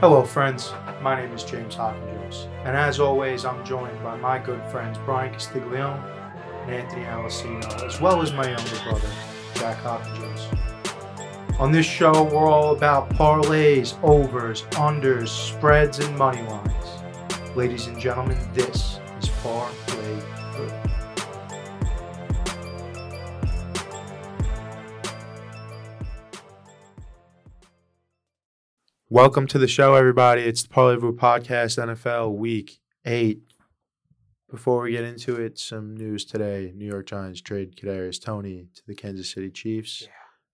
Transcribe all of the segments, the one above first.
Hello, friends. My name is James Hopkins, and as always, I'm joined by my good friends Brian Castiglione and Anthony Alessino, as well as my younger brother, Jack Hopkins. On this show, we're all about parlays, overs, unders, spreads, and money lines. Ladies and gentlemen, this is Parlay Group. Welcome to the show, everybody. It's the Parlay Vu Podcast, NFL Week 8. Before we get into it, some news today. New York Giants trade Kadarius Tony to the Kansas City Chiefs Yeah.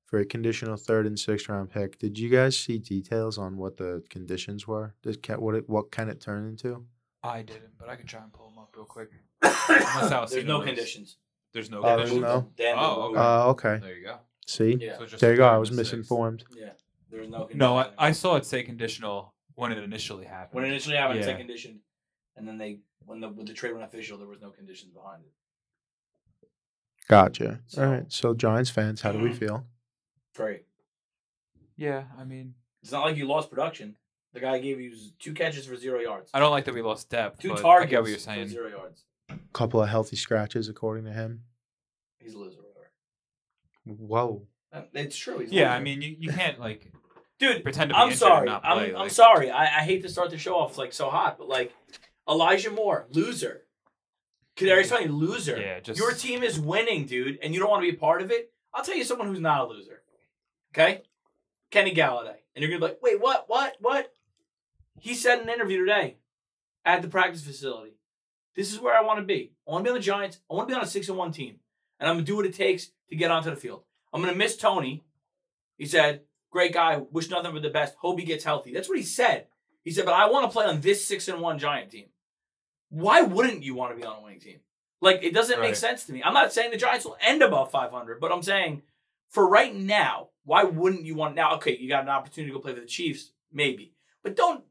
for a conditional third and sixth round pick. Did you guys see details on what the conditions were? Did, ca- what, it, what can it turn into? I didn't, but I can try and pull them up real quick. Unless There's Alcino no wins. conditions. There's no Oh, there's conditions. no? Damn, Oh, no okay. rules. Uh, okay. There you go. See? Yeah. So it's just There you go. I five was and six. misinformed. yeah. There's no conditions. No, I, I saw it say conditional when it initially happened. When it initially happened, it Yeah. said conditioned, and then they when the when the trade went official, there was no conditions behind it. Gotcha. So- All right. So, Giants fans, how do we Mhm. feel? Great. yeah, I mean, It's not like you lost production. The guy gave you two catches for zero yards. I don't like that we lost depth. two but targets I get what you're for saying. zero yards. couple of healthy scratches, according to him. He's a loser. Whoa. Uh, It's true. He's a Yeah, I loser. mean, you, you can't like dude, pretend to be I'm injured sorry. and not I'm, play. I'm like, sorry. I, I hate to start the show off like so hot, but like Elijah Moore, loser. Kadarius Tony, loser. Yeah, just Your team is winning, dude, and you don't want to be a part of it. I'll tell you someone who's not a loser. Okay? Kenny Galladay. And you're gonna be like, wait, what, what, what? He said in an interview today at the practice facility. This is where I want to be. I want to be on the Giants. I want to be on a six and one team. And I'm gonna do what it takes to get onto the field. I'm gonna miss Tony. He said, great guy, wish nothing but the best. Hope he gets healthy. That's what he said. He said, but I want to play on this six and one Giant team. Why wouldn't you want to be on a winning team? Like it doesn't make Right. sense to me. I'm not saying the Giants will end above 500, but I'm saying for right now, why wouldn't you want now? Okay, you got an opportunity to go play for the Chiefs, maybe, but don't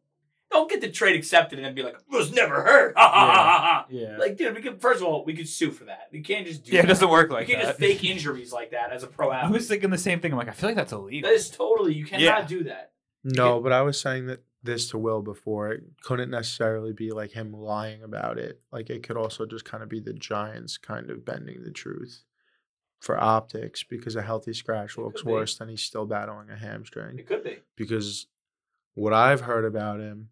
don't get the trade accepted and then be like, it was never heard. Ha, ha, ha, ha, yeah, ha. Like, dude, we could first of all, we could sue for that. We can't just do yeah, it that. doesn't work we like can't that. just fake injuries like that as a pro I athlete. was thinking the same thing. I'm like, I feel like that's illegal. That is totally you cannot Yeah. do that. No, but I was saying that this to Will before. It couldn't necessarily be like him lying about it. Like it could also just kind of be the Giants kind of bending the truth for optics because a healthy scratch It looks could be. worse than he's still battling a hamstring. It could be. Because what I've heard about him,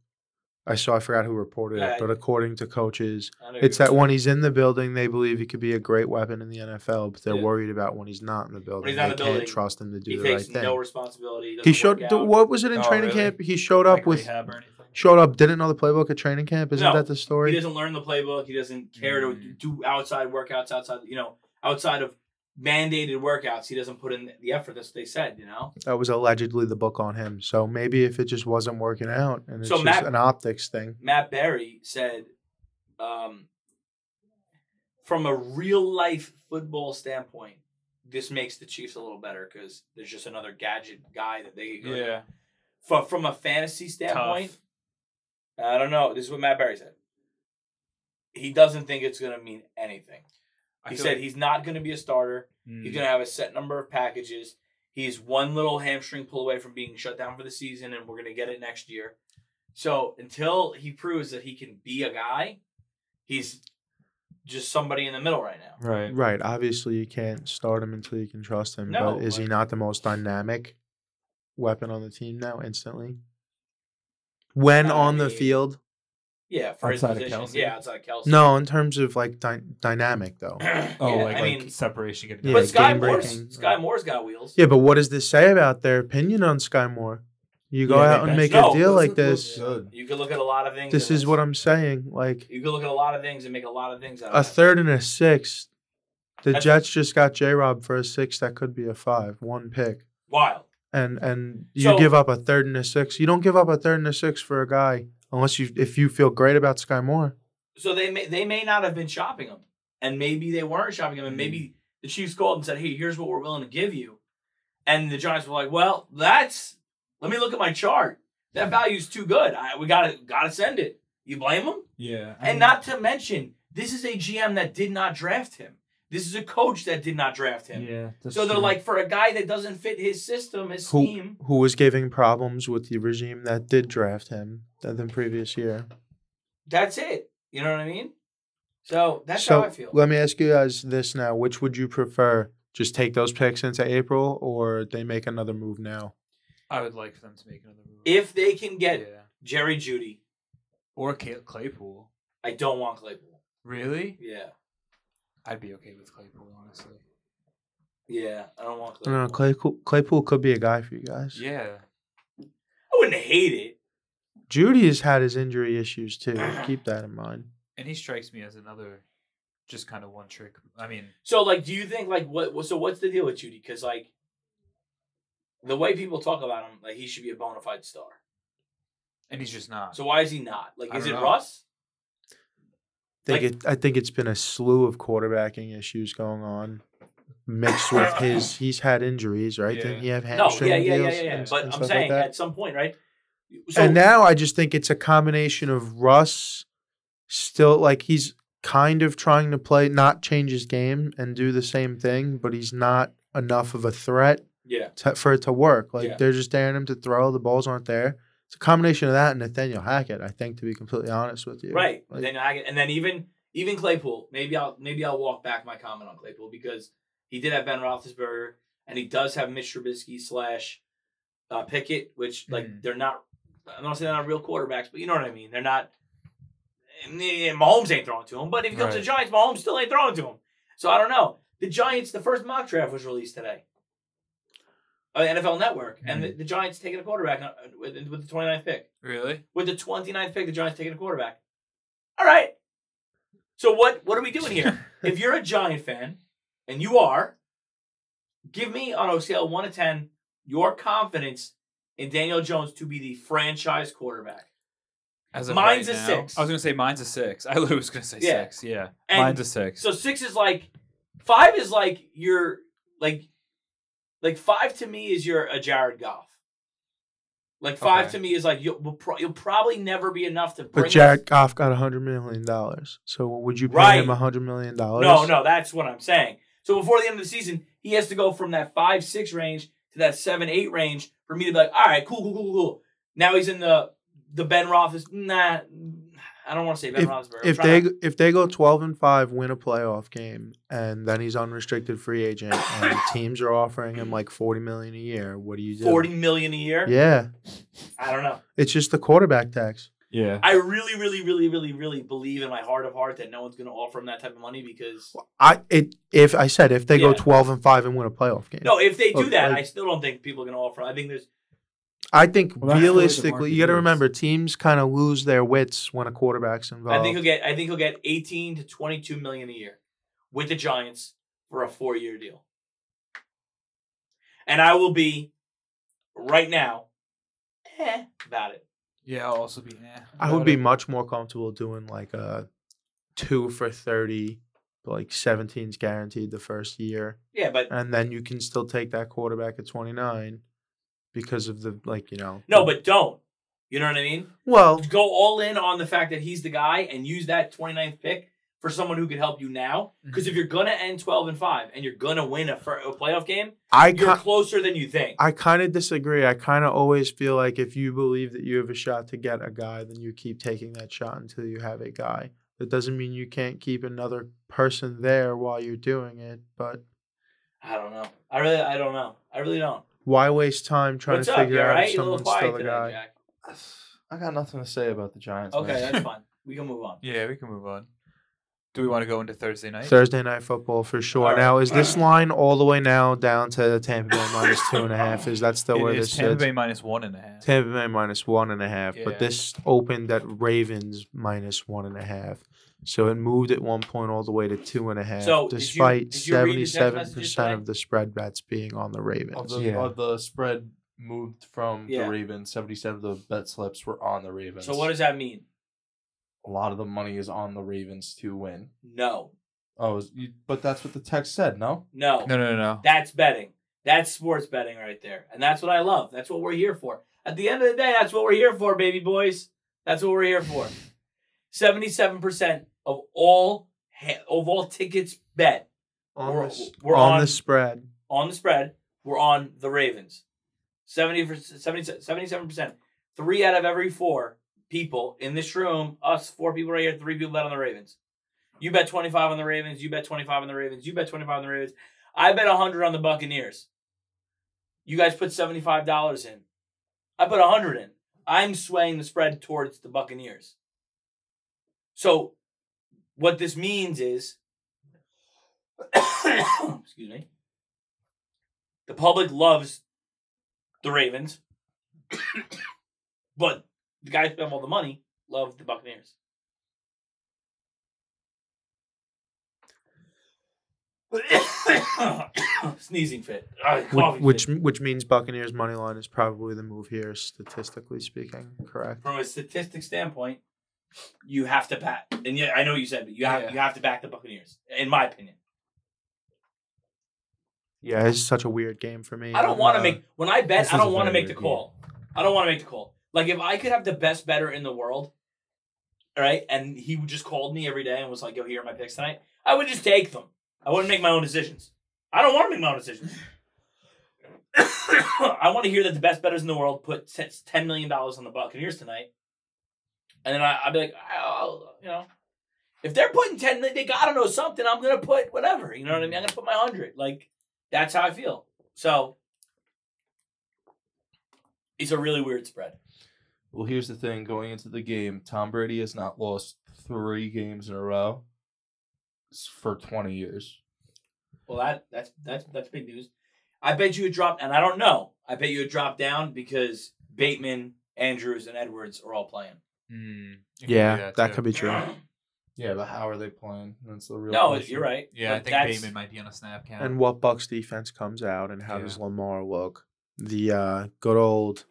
I saw, I forgot who reported Yeah, it, but according to coaches, I know it's you're- that when he's in the building, they believe he could be a great weapon in the NFL, but they're Yeah. worried about when he's not in the building. he's not they in the can't building, trust him to do he the takes right thing. no responsibility. He doesn't showed. work th- out. what was it in Oh, training really? camp? He showed up like with rehab or anything. showed up didn't know the playbook at training camp. Isn't No, that the He story? doesn't learn the playbook. He doesn't care to Mm. do outside workouts outside, you know, outside of mandated workouts. He doesn't put in the effort. That's what they said, you know. That was allegedly the book on him. So maybe if it just wasn't working out and it's So just Matt- an optics thing. Matt Berry said, um, from a real life football standpoint, this makes the Chiefs a little better because there's just another gadget guy that they could go to. Yeah, Fro- from a fantasy standpoint, tough. I don't know. This is what Matt Barry said. He doesn't think it's going to mean anything. I He feel said like- he's not going to be a starter. He's Mm. going to have a set number of packages. He's one little hamstring pull away from being shut down for the season, and we're going to get it next year. So until he proves that he can be a guy, he's just somebody in the middle right now. right. Right. Obviously, you can't start him until you can trust him. No, but is he like- not the most dynamic weapon on the team now? Instantly, when I on the mean- field. Yeah, for Outside of his position. Kelsey? Yeah, outside of Kelsey. No, in terms of like dy- dynamic though. Oh, Yeah, like, I like mean, separation. getting- yeah, but Sky game Moore's, breaking. Sky Moore's got wheels. Yeah, but what does this say about their opinion on Sky Moore? You go Yeah, they out and make benched him. a No, deal Those like look really this. good. You could look at a lot of things. This and is what I'm saying. Like You can look at a lot of things and make a lot of things out a of it. third and a sixth. The That's- Jets just got J Rob for a six that could be a five, one pick. Wild. And and you So- give up a third and a six. You don't give up a third and a six for a guy unless you if you feel great about Sky Moore. So they may they may not have been shopping him, and maybe they weren't shopping him, and maybe the Chiefs called and said, "Hey, here's what we're willing to give you," and the Giants were like, "Well, that's let me look at my chart. That value's too good. I, we gotta gotta send it." You blame him, Yeah, I and mean- not to mention this is a GM that did not draft him. This is a coach that did not draft him. Yeah. that's so they're true. like, for a guy that doesn't fit his system, his Who, scheme. who was giving problems with the regime that did draft him than the previous year. That's it. You know what I mean? So that's so how I feel. let me ask you guys this now. Which would you prefer? Just take those picks into April or they make another move now? I would like for them to make another move. if they can get yeah, Jerry Judy, or Ca- Claypool. I don't want Claypool. Really? Yeah, I'd be okay with Claypool, honestly. yeah, I don't want I Claypool. don't know. Claypool, Claypool could be a guy for you guys. Yeah. I wouldn't hate it. Judy has had his injury issues too. Keep that in mind. And he strikes me as another, just kind of one trick. I mean, So, like, do you think like what? what- So, what's the deal with Judy? Because like, the way people talk about him, like he should be a bona fide star. and he's just not. So why is he not? Like, I is it don't know. Russ? think Like- it, I think it's been a slew of quarterbacking issues going on, mixed with his. He's had injuries, right? Didn't Yeah. he have No, hamstring yeah, yeah, yeah, deals yeah, yeah. and- But and I'm stuff like saying that? at some point, right? So and now I just think it's a combination of Russ still like he's kind of trying to play, not change his game and do the same thing, but he's not enough of a threat yeah, to, for it to work. Like Yeah. they're just daring him to throw, the balls aren't there. It's a combination of that and Nathaniel Hackett. I think to be completely honest with you, right. Like, then I, and then even even Claypool. Maybe I'll maybe I'll walk back my comment on Claypool because he did have Ben Roethlisberger and he does have Mitch Trubisky slash uh, Pickett, which like Mhm. they're not. I'm not saying they're not real quarterbacks, but you know what I mean. They're not. And eh, Mahomes ain't throwing to him, but if he comes to the Giants, Mahomes still ain't throwing to him. So I don't know. The Giants, the first mock draft was released today. Uh, NFL Network, and the, the Giants taking a quarterback uh, with, with the 29th pick really? with the 29th pick, the Giants taking a quarterback. All right. So what what are we doing here? if you're a Giant fan, and you are, give me on a scale of one to ten your confidence in Daniel Jones to be the franchise quarterback. As of Mine's right a now- six. I was gonna say mine's a six. I was gonna say Yeah. six. Yeah. And mine's a six. So six is like five is like your like like five to me is your a Jared Goff. Like five Okay. to me is like you'll we'll pro- you'll probably never be enough to bring But us- Jared Goff got hundred million dollars. So would you pay Right. him him hundred million dollars? No, no, that's what I'm saying. So before the end of the season, he has to go from that five six range to that seven eight range for me to be like, all right, cool, cool, cool, cool, cool. Now he's in the the Ben Roethlis. Nah, I don't want to say Ben Roethlisberger. I'm If trying they to- if they go twelve and five, win a playoff game, and then he's unrestricted free agent, and teams are offering him like forty million a year, what do you do? forty million a year, Yeah, I don't know. it's just the quarterback tax. yeah. I really, really, really, really, really believe in my heart of heart that no one's going to offer him that type of money because I it if I said if they go Yeah. twelve and five and win a playoff game, no, if they do Okay. that, I still don't think people are going to offer. I think there's I think Well, that's the way the realistically, you got to market is. remember teams kind of lose their wits when a quarterback's involved. I think he'll get. I think he'll get eighteen to twenty-two million a year with the Giants for a four-year deal. And I will be right now eh, about it. Yeah. I'll also be. Eh, I would be much more comfortable doing like a two for thirty, like 17's guaranteed the first year. Yeah, but and then you can still take that quarterback at 29 because of the like you know no, but don't. You know what I mean? well Go all in on the fact that he's the guy and use that 29th pick for someone who could help you now. Because if you're gonna end twelve and five and you're gonna win a, fir- a playoff game, i you're ki- closer than you think. i kind of disagree i kind of always feel like if you believe that you have a shot to get a guy then you keep taking that shot until you have a guy that doesn't mean you can't keep another person there while you're doing it but I don't know. I really, I don't know. I really don't. why waste time trying What's to up? figure You all out right? if You a little someone's quiet still a today, guy Jack. I got nothing to say about the Giants. Okay, man. that's fine. We can move on. Yeah, we can move on. Do we want to go into Thursday night? Thursday night football for sure. All right. Now, is this line all the way now down to Tampa Bay minus two and a half? Is that still It where is this Tampa sits? Bay minus one and a half. Tampa Bay minus one and a half, Yeah. but this opened at Ravens minus one and a half. So it moved at one point all the way to two and a half, So, did you- despite did you read the text seventy-seven messages percent today? of the spread bets being on the Of Ravens. the, Yeah. of the spread moved from Yeah. the Ravens. Seventy-seven of the bet slips were on the Ravens. So what does that mean? a lot of the money is on the Ravens to win. No, Oh, is- you, but that's what the text said. No, no, No, no, no, no. That's betting. That's sports betting right there, and that's what I love. That's what we're here for. At the end of the day, that's what we're here for, baby boys. That's what we're here for. Seventy-seven percent of all ha- of all tickets bet on we're, this we're on, on the spread. on the spread. We're on the Ravens. 70, 77 percent. Three out of every four people in this room, us four people right here, three people bet on the Ravens. You bet twenty five on the Ravens. You bet twenty five on the Ravens. You bet twenty five on the Ravens. I bet hundred on the Buccaneers. You guys put seventy five dollars in. I put hundred in. I'm swaying the spread towards the Buccaneers. So, what this means is, excuse me, the public loves the Ravens, but the guys who spent all the money love the Buccaneers. Sneezing fit. Ah, coughing Which, which fit. which means Buccaneers money line is probably the move here, statistically speaking. Correct. from a statistic standpoint, you have to back. And yeah, I know what you said, but you have Yeah. you have to back the Buccaneers, in my opinion. Yeah, it's such a weird game for me. I don't want Uh, to make when I This bet. I is don't a want to very make the weird call. I don't want to make the call. Like if I could have the best better in the world, all right, and he would just called me every day and was like, "Yo, here are my picks tonight." I would just take them. I wouldn't make my own decisions. I don't want to make my own decisions. I want to hear that the best betters in the world put t- ten million dollars on the Buccaneers tonight, and then I, I'd be like, oh, you know, if they're putting ten, they gotta know something. I'm gonna put whatever. You know what I mean? I'm gonna put my hundred. Like that's how I feel. So it's a really weird spread. Well, here's the thing going into the game, Tom Brady has not lost three games in a row s- for 20 years. Well, that that's that's that's big news. I bet you it dropped, and I don't know. I bet you it dropped down because Bateman, Andrews, and Edwards are all playing. Mm, it be Yeah, that, too. could be true. Yeah, but how are they playing? That's the real No, question. you're right. Yeah, I But think that's- Bateman might be on a snap count. And what Bucks defense comes out, and how Yeah. does Lamar look? The uh, good old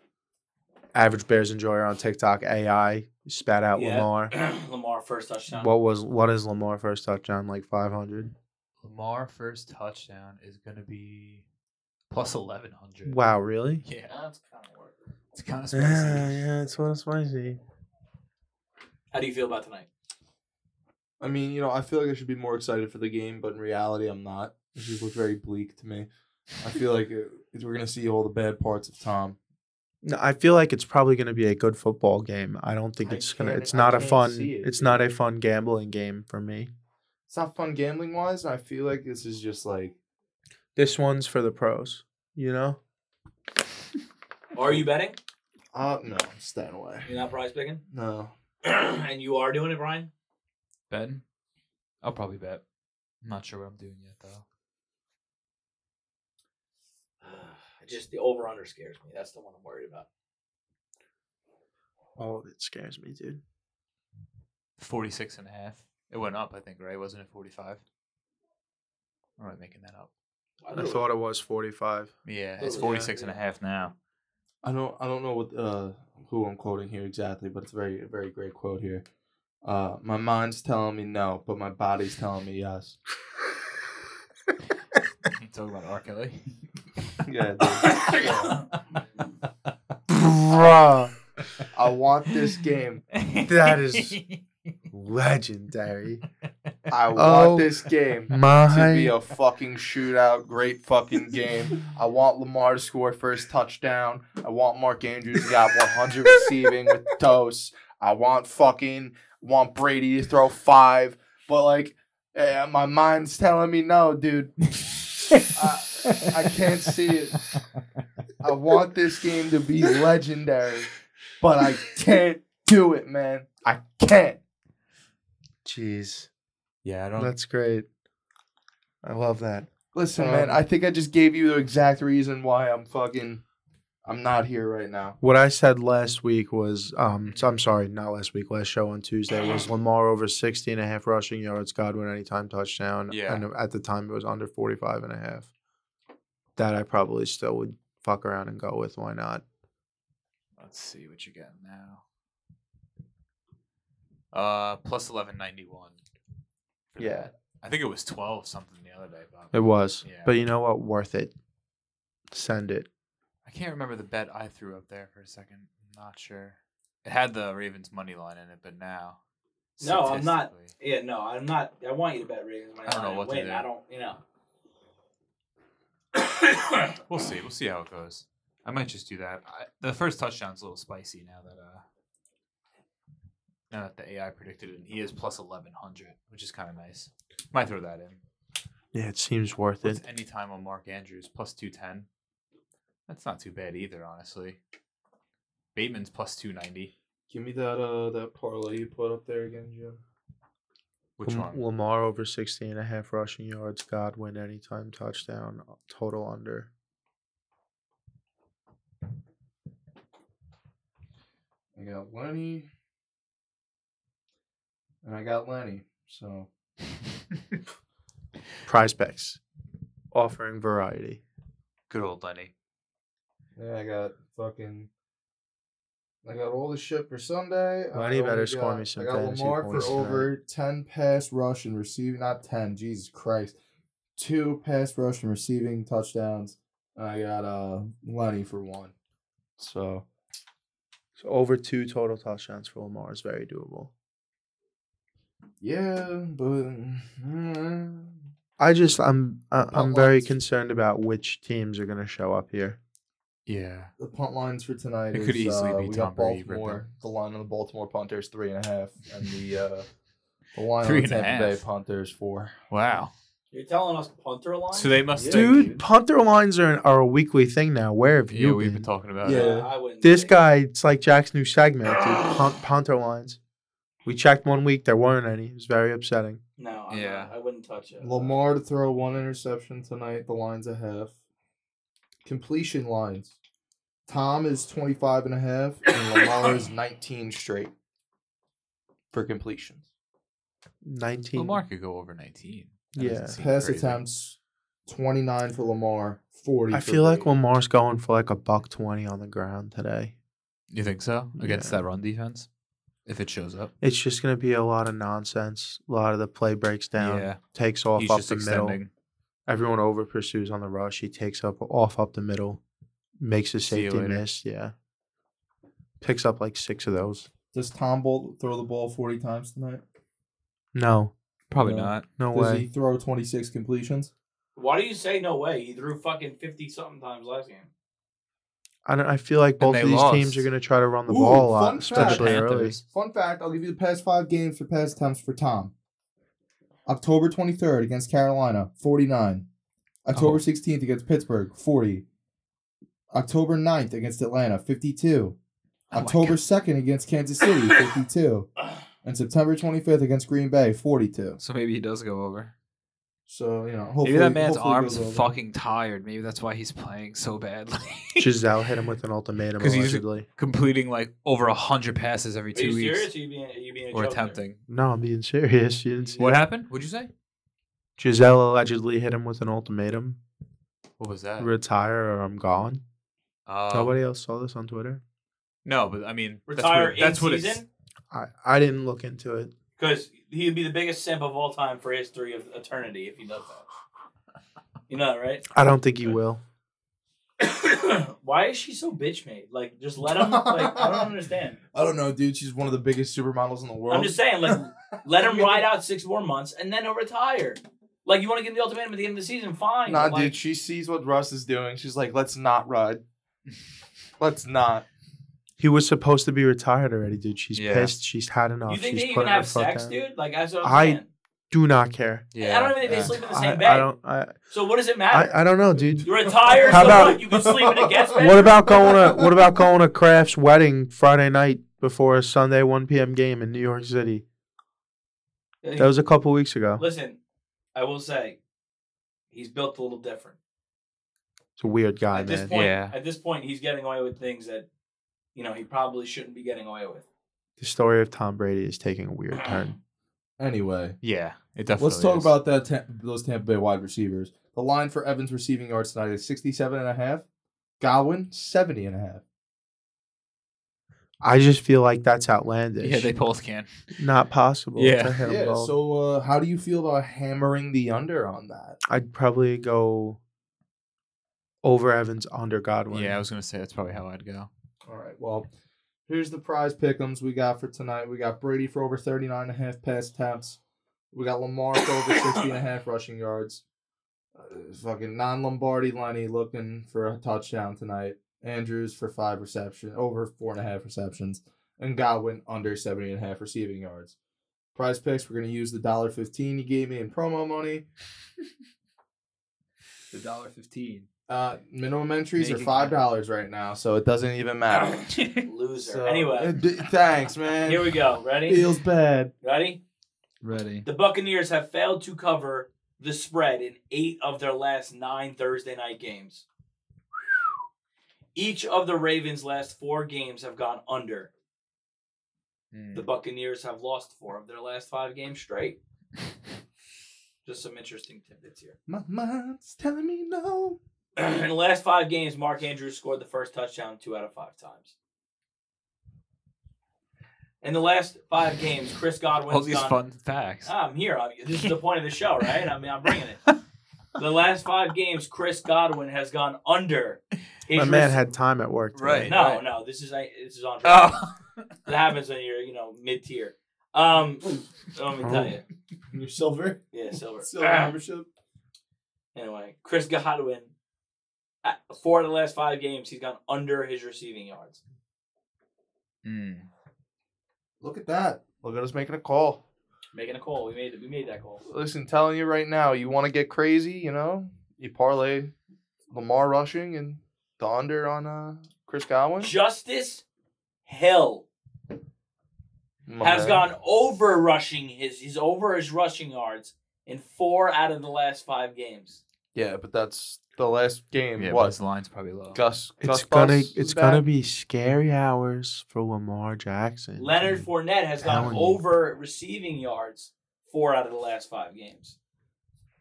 average Bears enjoyer on TikTok AI spat out Yeah. Lamar. Lamar first touchdown. What was what is Lamar first touchdown like five hundred? Lamar first touchdown is going to be plus 1100. Wow, really? Yeah, That's kind of weird. it's kind of Yeah, spicy. yeah, it's one spicy. How do you feel about tonight? I mean, you know, I feel like I should be more excited for the game, but in reality, I'm not. It just looked very bleak to me. I feel like it, we're going to see all the bad parts of Tom. No, I feel like it's probably going to be a good football game. I don't think I it's gonna. can't- It's I not a can't fun. see it. It's not a fun gambling game for me. It's not fun gambling wise, and I feel like this is just like This one's for the pros. You know, Are you betting? Uh no, staying away. You're not prize picking, No. and you are doing it, Brian. Betting? I'll probably bet. I'm not sure what I'm doing yet, though. Just the over under scares me. That's the one I'm worried about. all of it Oh, scares me, dude. 46 and a half. It went up, I think, right? Wasn't it 45? Or am I making that up? I thought it was forty-five. Yeah, Oh, it's yeah, 46 and a yeah. half now. I don't I don't know what uh who I'm quoting here exactly, but it's a very a very great quote here. Uh my mind's telling me no, but my body's telling me yes. You talking about R. Kelly? Yeah, dude. Yeah. Bruh, I want this game. That is- legendary. I want Oh. this game to be My a fucking shootout, great fucking game. I want Lamar to score first touchdown. I want Mark Andrews to got 100 receiving with toast. I want fucking want Brady to throw five. But like, eh, my mind's telling me no, dude. I, I can't see it. I want this game to be legendary, but I can't do it, man. I can't. jeez, Yeah, I don't. that's great. I love that. Listen, Um, man, I think I just gave you the exact reason why I'm fucking I'm not here right now. What I said last week was, um, so- I'm sorry, not last week, last show on Tuesday was Lamar over 60 and a half rushing yards, Godwin anytime touchdown. Yeah. And uh, at the time it was under 45 and a half. That I probably still would fuck around and go with. Why not? Let's see what you got now. Uh, plus eleven ninety one. Yeah. I think it was twelve something the other day, Bob. It was. Yeah. But you know what? Worth it. Send it. I can't remember the bet I threw up there for a second. I'm not sure. It had the Ravens money line in it, but now. No, I'm not. statistically- Yeah, no, I'm not. I want you to bet Ravens. money I don't know line and what to win. do. I don't. You know, We'll see. We'll see how it goes. I might just do that. I, the first touchdown's a little spicy now that uh now that the AI predicted it, and he is plus eleven hundred, which is kind of nice. Might throw that in. Yeah, it seems worth What's it. any time on Mark Andrews plus two ten? That's not too bad either, honestly. Bateman's plus two ninety. Give me that uh that parlay you put up there again, Jim. Which Lam- one? Lamar over 60 and a half rushing yards. Godwin anytime touchdown. Total under. I got Lenny. And I got Lenny. So Prize picks. Offering variety. Good old Lenny. yeah, I got fucking I got all the shit for Sunday. I Lenny better only score me got- some I got fantasy Lamar for points over ten pass rush and receiving not ten, Jesus Christ. Two pass rush and receiving touchdowns. And I got uh Lenny for one. So So over two total touchdowns for Lamar is very doable. yeah, but mm-hmm, I just I'm I, I'm Not very lines. concerned about which teams are going to show up here. Yeah. The punt lines for tonight It is, could easily uh, be we Tom got Brady Baltimore. ripping. The line on the Baltimore punter is three and a half, and the uh, the line Three on the and a Tampa Bay half. punter is four. Wow. You're telling us punter line? So they must Yeah, Dude, dude. punter lines are, are a weekly thing now. Where have you Yeah, we've been? been talking about Yeah. it. I wouldn't. this think. guy, it's like Jack's new segment, dude. Punt, punter lines. We checked one week, there weren't any. It was very upsetting. No. I'm Yeah. not- I wouldn't touch it. Lamar to throw one interception tonight. The line's a half. Completion lines. Tom is 25 and a half, and Lamar is 19 straight for completions. 19. Lamar could go over nineteen. Yeah. doesn't seem Pass crazy. attempts, 29 for Lamar, 40 I for feel like Brady. Lamar's going for like a buck 20 on the ground today. You think so? Against Yeah. that run defense? If it shows up. It's just going to be a lot of nonsense. A lot of the play breaks down, Yeah. takes off He's up just the middle. extending. Everyone over pursues on the rush. He takes up off up the middle, makes a See you safety later. miss. Yeah. Picks up like six of those. Does Tom Bolt throw the ball 40 times tonight? No, Probably No. not. no Does way. he throw 26 completions? Why do you say no way? He threw fucking fifty something times last game. I, don't, I feel like both they of these teams lost. are going to try to run the Ooh, ball a lot, fun fact. especially early. Panthers. Fun fact I'll give you the past five games for pass attempts for Tom. October 23rd against Carolina, 49. October Oh. 16th against Pittsburgh, 40. October 9th against Atlanta, 52. Oh my October God. 2nd against Kansas City, 52. And September 25th against Green Bay, 42. So maybe he does go over. So, you know, hopefully. Maybe that man's hopefully it arm's goes over. fucking tired. Maybe that's why he's playing so badly. Giselle hit him with an ultimatum 'Cause he's- allegedly. Completing like over a hundred passes every Are two you weeks serious? Are you being? Are you being? A Or joker? attempting. No, I'm being serious. You didn't see What it. happened? What'd you say? Giselle allegedly hit him with an ultimatum: What was that? retire or I'm gone. Uh, Nobody else saw this on Twitter. No, but I mean, Retire in that's what, that's season I, I didn't look into it. because he'd be the biggest simp of all time for history of eternity if he does that. You know that, right? I don't think he will. Why is she so bitch made? Like, just let him. Like, I don't understand. I don't know, dude. She's one of the biggest supermodels in the world. I'm just saying, like, let him ride out six more months and then he'll retire. Like, you want to give him the ultimatum at the end of the season? Fine. Nah, but, like, dude. She sees what Russ is doing. She's like, "Let's not ride. Let's not." He was supposed to be retired already, dude. She's Yeah. pissed. She's had enough. you think She's they even putting her have foot sex, down. dude? Like, that's what I'm I- saying. Do not care. Yeah. I don't even think yeah. they sleep in the I, same I bed. don't. I, So what does it matter? I I don't know, dude. you retire, How so about- what? You can sleep in a guest bed. What about going to What about going to Kraft's wedding Friday night before a Sunday 1 p.m. game in New York City? That was a couple weeks ago. Listen, I will say, he's built a little different. It's a weird guy, at this Ah, man. point, Yeah. at this point, he's getting away with things that you know he probably shouldn't be getting away with. The story of Tom Brady is taking a weird turn. Anyway, Yeah, it definitely. let's talk is. about that. Tam- those Tampa Bay wide receivers. The line for Evans receiving yards tonight is 67 and a half. Godwin 70 and a half. I just feel like that's outlandish. Yeah, they both can. Not possible. Yeah. to hit 'em Yeah. both. So, uh, how do you feel about hammering the under on that? I'd probably go over Evans under Godwin. Yeah, I was gonna say that's probably how I'd go. All right. Well, here's the prize pickums we got for tonight. We got Brady for over 39 and a half pass attempts. We got Lamar for over 60 and a half rushing yards. uh, fucking non Lombardi Lenny looking for a touchdown tonight. Andrews for five reception over four and a half receptions, and Godwin under 70 and a half receiving yards. Prize picks, we're gonna use the dollar fifteen you gave me in promo money. The dollar fifteen. Uh, minimum entries are Making five dollars right now, so it doesn't even Ah. matter. Loser. So- Uh, anyway, d- thanks, man. here we go. Ready? Feels bad. Ready? Ready. The Buccaneers have failed to cover the spread in eight of their last nine Thursday night games. Each of the Ravens' last four games have gone under. Hmm. The Buccaneers have lost four of their last five games straight. Just some interesting tidbits here. My mind's telling me no. in the last five games, Mark Andrews scored the first touchdown two out of five times. In the last five games, Chris Godwin's All these gone- fun facts. I'm here. I'm, this is the point of the show, right? I mean, I'm bringing it. The last five games, Chris Godwin has gone under. His My man rec- had time at work. today. Right. no, no. This is I- this is on. Oh. It happens when you're you know mid tier. Um, let me tell you. Your silver, Yeah, silver. Ah. silver membership. Anyway, Chris Godwin, at four of the last five games, he's gone under his receiving yards. Mm. Look at that. Look at us making a call. Making a call. We made it. We made that call. Listen, telling you right now, you want to get crazy, you know, you parlay Lamar rushing and the under on uh, Chris Godwin Justice Hill My has man. gone over rushing his. He's over his rushing yards in four out of the last five games. Yeah, but that's the last game. Yeah, but what his line's probably low. Gus? It's Gus gonna Bus it's is gonna back? be scary hours for Lamar Jackson. Leonard Fournette has gone Telling you. over receiving yards four out of the last five games.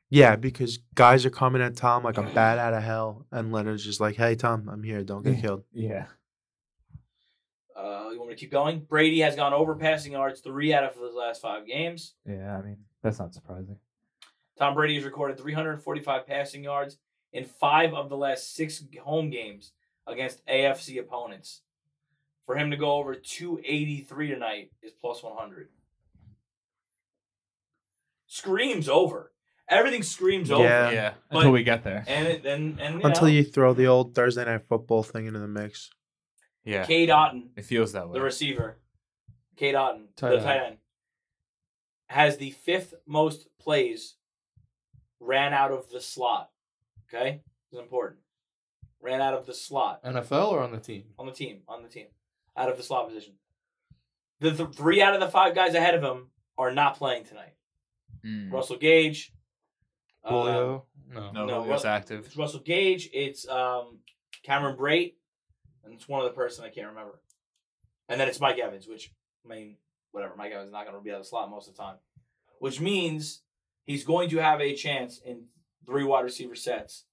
Yeah, because guys are coming at Tom like a bat out of hell, and Leonard's just like, "Hey, Tom, I'm here. Don't get killed." Yeah. Uh, you want me to keep going? Brady has gone over passing yards three out of his last five games. Yeah, I mean, that's not surprising. Tom Brady has recorded 345 passing yards in five of the last six home games against AFC opponents. For him to go over 283 tonight is plus 100. Screams over. Everything screams over. Yeah. yeah. But- until we get there. And it, and and you Until know, you throw the old Thursday night football thing into the mix. Yeah. Cade Otten, It feels that way. the receiver, Cade Otten, Tight the end. tight end, has the fifth most plays ran out of the slot. Okay, it's important. Ran out of the slot. NFL or on the team? on the team, on the team, out of the slot position. The th- three out of the five guys ahead of him are not playing tonight. Mm. Russell Gage, uh, Hmm. Julio? No, no. No, no it's Ru- active. it's Russell Gage. It's um, Cameron Brate, and it's one other person I can't remember. And then it's Mike Evans, which I mean, whatever. Mike Evans is not going to be out of the slot most of the time, which means he's going to have a chance in three wide receiver sets,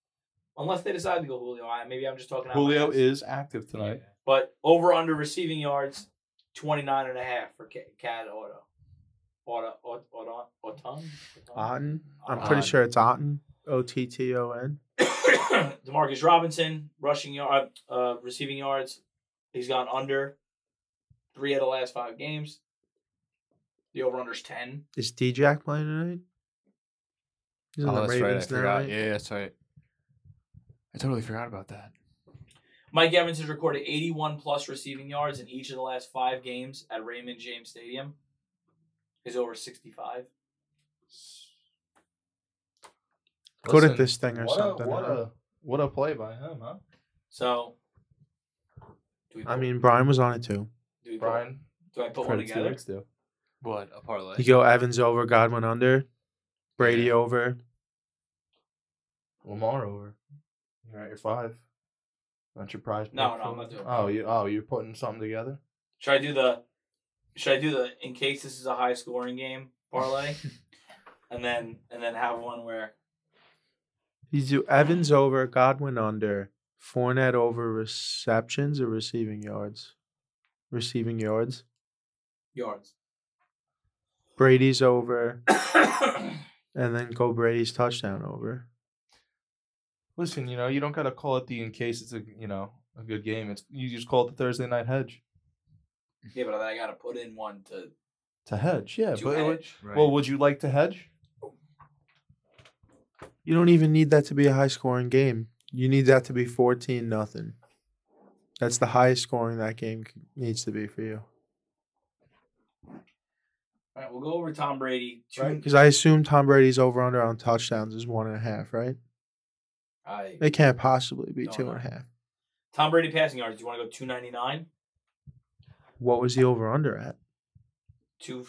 unless they decide to go Julio. I, maybe I'm just talking. out my Julio ass. is active tonight. But over under receiving yards, 29 and a half for Ca- Cad Auto. Auto, Auto, Auto, Auton? Otten. I'm Uh, Otten. pretty sure it's Otten. O T T O N. Demarcus Robinson, rushing yard, uh, receiving yards. He's gone under three out of the last five games. The over under's 10. Is D Jack playing tonight? He's on Oh, the that's right. I Ravens now, forgot. right? Yeah, that's right. I totally forgot about that. Mike Evans has recorded 81 plus receiving yards in each of the last five games at Raymond James Stadium. He's over 65. Good at Listen, this thing or what something. A, what, huh? a, what a play by him, huh? So, do we I mean, Brian was on it too. do we put, Brian. do I put one credit to together? X, too. What a parlay. You go Evans over, Godwin under, Brady over. Lamar over. You're at your five. That's your prize. No, pick no, for I'm not it? doing Oh, you oh you're putting something together. Should I do the? Should I do the? In case this is a high scoring game parlay, and then and then have one where You do Evans over, Godwin under, Fournette over receptions or receiving yards? Receiving yards. yards. Brady's over, and then go Brady's touchdown over. Listen, you know you don't gotta call it the in case it's a you know a good game. It's you just call it the Thursday night hedge. yeah, but then I gotta put in one to To hedge, yeah. to but it would- hedge. Right. well, would you like to hedge? You don't even need that to be a high scoring game. You need that to be 14 nothing. That's the highest scoring that game c- needs to be for you. All right, we'll go over Tom Brady. Two- Right? Because I assume Tom Brady's over under on touchdowns is one and a half, right? I- It can't possibly be No, two no. and a half. Tom Brady passing yards. Do you want to go two ninety nine? What was the over under at? Two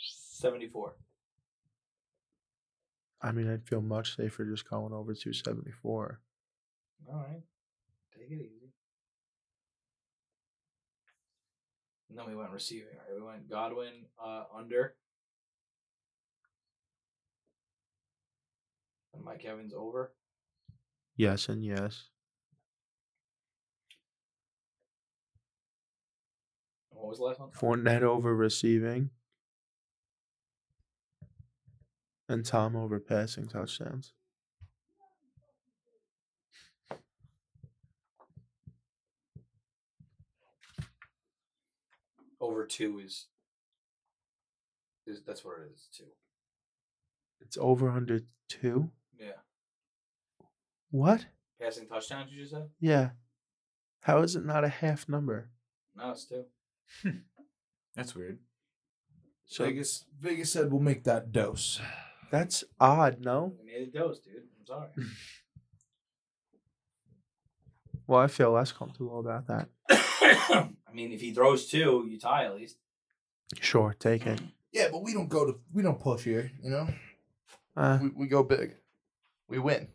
seventy four. I mean, I'd feel much safer just going over 274. All right, take it easy. And then we went receiving. Right, we went Godwin uh, under, and Mike Evans over. Yes and yes. And what was the last one? Fournette over receiving. And Tom over passing touchdowns. Over two is. Is that's what it is two. It's over under two. Yeah, What? passing touchdowns. You just said Yeah. How is it not a half number? no, it's two. That's weird. So Vegas, Vegas said we'll make that dose. that's odd, no? We made a dose, dude. I'm sorry. Well, I feel less comfortable about that. I mean, if he throws two, you tie at least. Sure, take it. Yeah, but we don't go to we don't push here. You know, Uh, we, we go big, we win.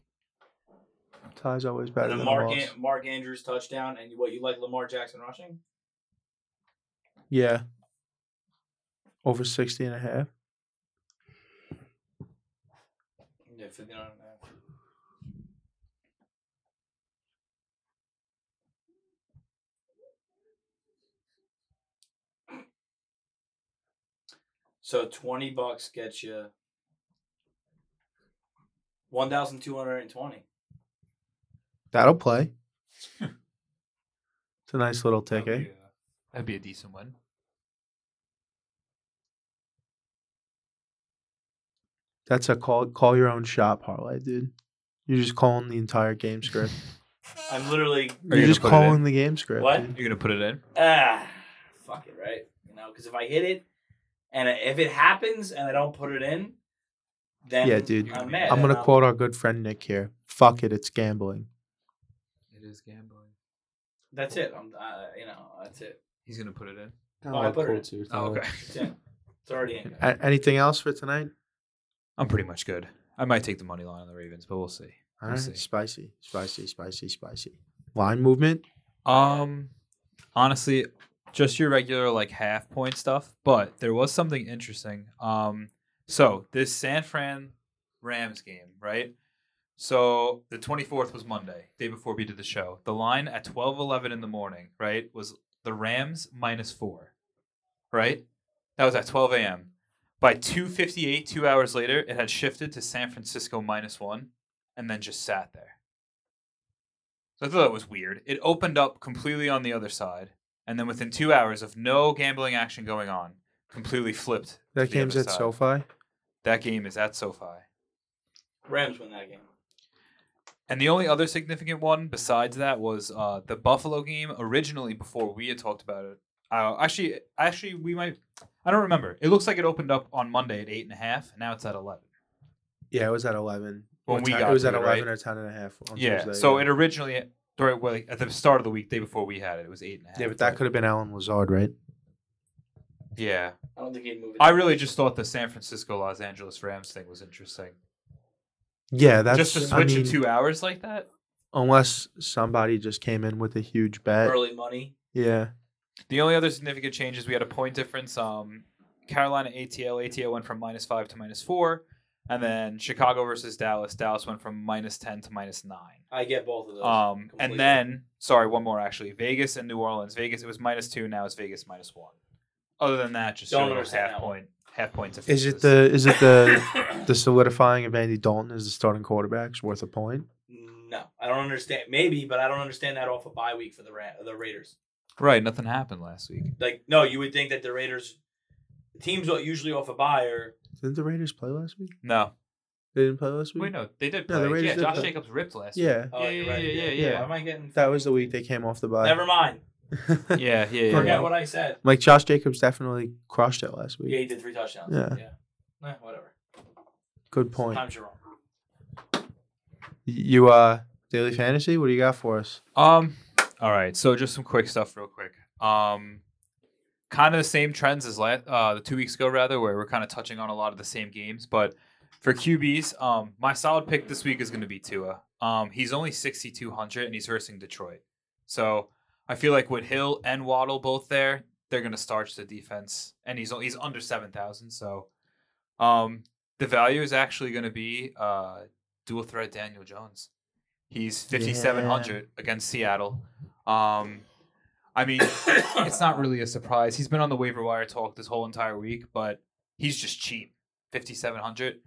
tie's always better And then than a Mark loss. An- Mark Andrews touchdown, and what you like Lamar Jackson rushing? Yeah. Over 60 and a half. Yeah, 59 and a half. So twenty bucks gets you one thousand two hundred and twenty. That'll play. it's a nice little eh? ticket. That'd be, a, that'd be a decent one. That's a call call your own shot parlay, dude. You're just calling the entire game script. I'm literally You're you gonna just put it in? calling the game script. What? dude. You're gonna put it in. ah, fuck it, right? You know, because if I hit it, and if it happens, and I don't put it in, then Yeah, dude. I'm mad. I'm and gonna quote our good friend Nick here. Fuck it, it's gambling. It is gambling. That's it. I'm, uh, you know, that's it. He's gonna put it in. Oh, I put it. Oh, okay. It's in. It's already in. guys. A- anything else for tonight? I'm pretty much good. I might take the money line on the Ravens, but we'll see. All We'll right, see. spicy, spicy, spicy, spicy. Line movement. Um, honestly, just your regular like half point stuff, but there was something interesting. Um, so this San Fran Rams game, right? So the 24th was Monday, day before we did the show. The line at 12:11 in the morning, right, was the Rams minus four, right? That was at 12 a.m. By 2:58, two hours later, it had shifted to San Francisco minus one, and then just sat there. So I thought that was weird. It opened up completely on the other side, and then within two hours of no gambling action going on, completely flipped. to That the game's other at side. SoFi. That game is at SoFi. Rams win that game. And the only other significant one besides that was uh, the Buffalo game. Originally, before we had talked about it, uh, actually, actually, we might. I don't remember. It looks like it opened up on Monday at eight and a half. And now it's at eleven. Yeah, it was at eleven. When Or we 10 got it was to at it, eleven right? or ten and a half. On yeah. Tuesday, so yeah. it originally during well, like, at the start of the week, day before we had it, it was eight and a half. Yeah, but that could have been Alan Lazard, right? Yeah, I don't think he'd move it. I really just thought the San Francisco Los Angeles Rams thing was interesting. Yeah, that's just to I switch in mean, two hours like that. Unless somebody just came in with a huge bet. early money. Yeah. The only other significant change is we had a point difference. Um, Carolina ATL ATL went from minus five to minus four, and then Chicago versus Dallas Dallas went from minus ten to minus nine. I get both of those. Uh, Um, completely. and then sorry, one more actually. Vegas and New Orleans. Vegas it was minus two. Now it's Vegas minus one. Other than that, just Don't sort of understand half that one. point half point difference. Is it the is it the the solidifying of Andy Dalton as the starting quarterback's worth a point? no, I don't understand. Maybe, but I don't understand that off a bye week for the Ra- the Raiders. right? Nothing happened last week. Like, no, you would think that the Raiders teams are usually off a bye are Didn't the Raiders play last week? No, They didn't play last week. Wait, no, they did No, play. the Raiders yeah, did Josh play. Jacobs ripped last week. Yeah, Oh, you're right. Yeah, yeah, yeah, yeah. Am I getting? that was the week they came off the bye. Never mind. Yeah, yeah, yeah. Forget what I said. like Josh Jacobs definitely crushed it last week. Yeah, he did three touchdowns. Yeah. Yeah. Eh, whatever. Good point. Times you're wrong. You uh, daily fantasy. What do you got for us? Um. All right. So just some quick stuff, real quick. Um, kind of the same trends as last, uh, the two weeks ago, rather, where we're kind of touching on a lot of the same games. But for QBs, um, my solid pick this week is going to be Tua. Um, he's only sixty two hundred, and he's versing Detroit. So I feel like with Hill and Waddle both there, they're going to starch the defense, and he's he's under seven thousand. So, um, the value is actually going to be uh, dual threat Daniel Jones. He's fifty seven hundred against Seattle. Um, I mean, it's not really a surprise. He's been on the waiver wire talk this whole entire week, but he's just cheap, fifty seven hundred.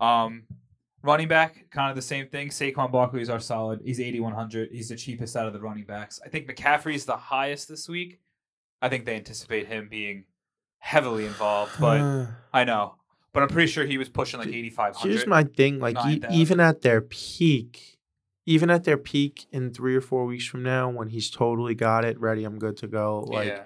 Um, running back, kind of the same thing. Saquon Barkley is our solid. He's eighty one hundred. He's the cheapest out of the running backs. I think McCaffrey's the highest this week. I think they anticipate him being heavily Uh, involved, but I know. But I'm pretty sure he was pushing like Dude, eighty five hundred. Here's my thing. Like e- 9,000. even at their peak, even at their peak in three or four weeks from now, when he's totally got it ready, I'm good to go. Like yeah.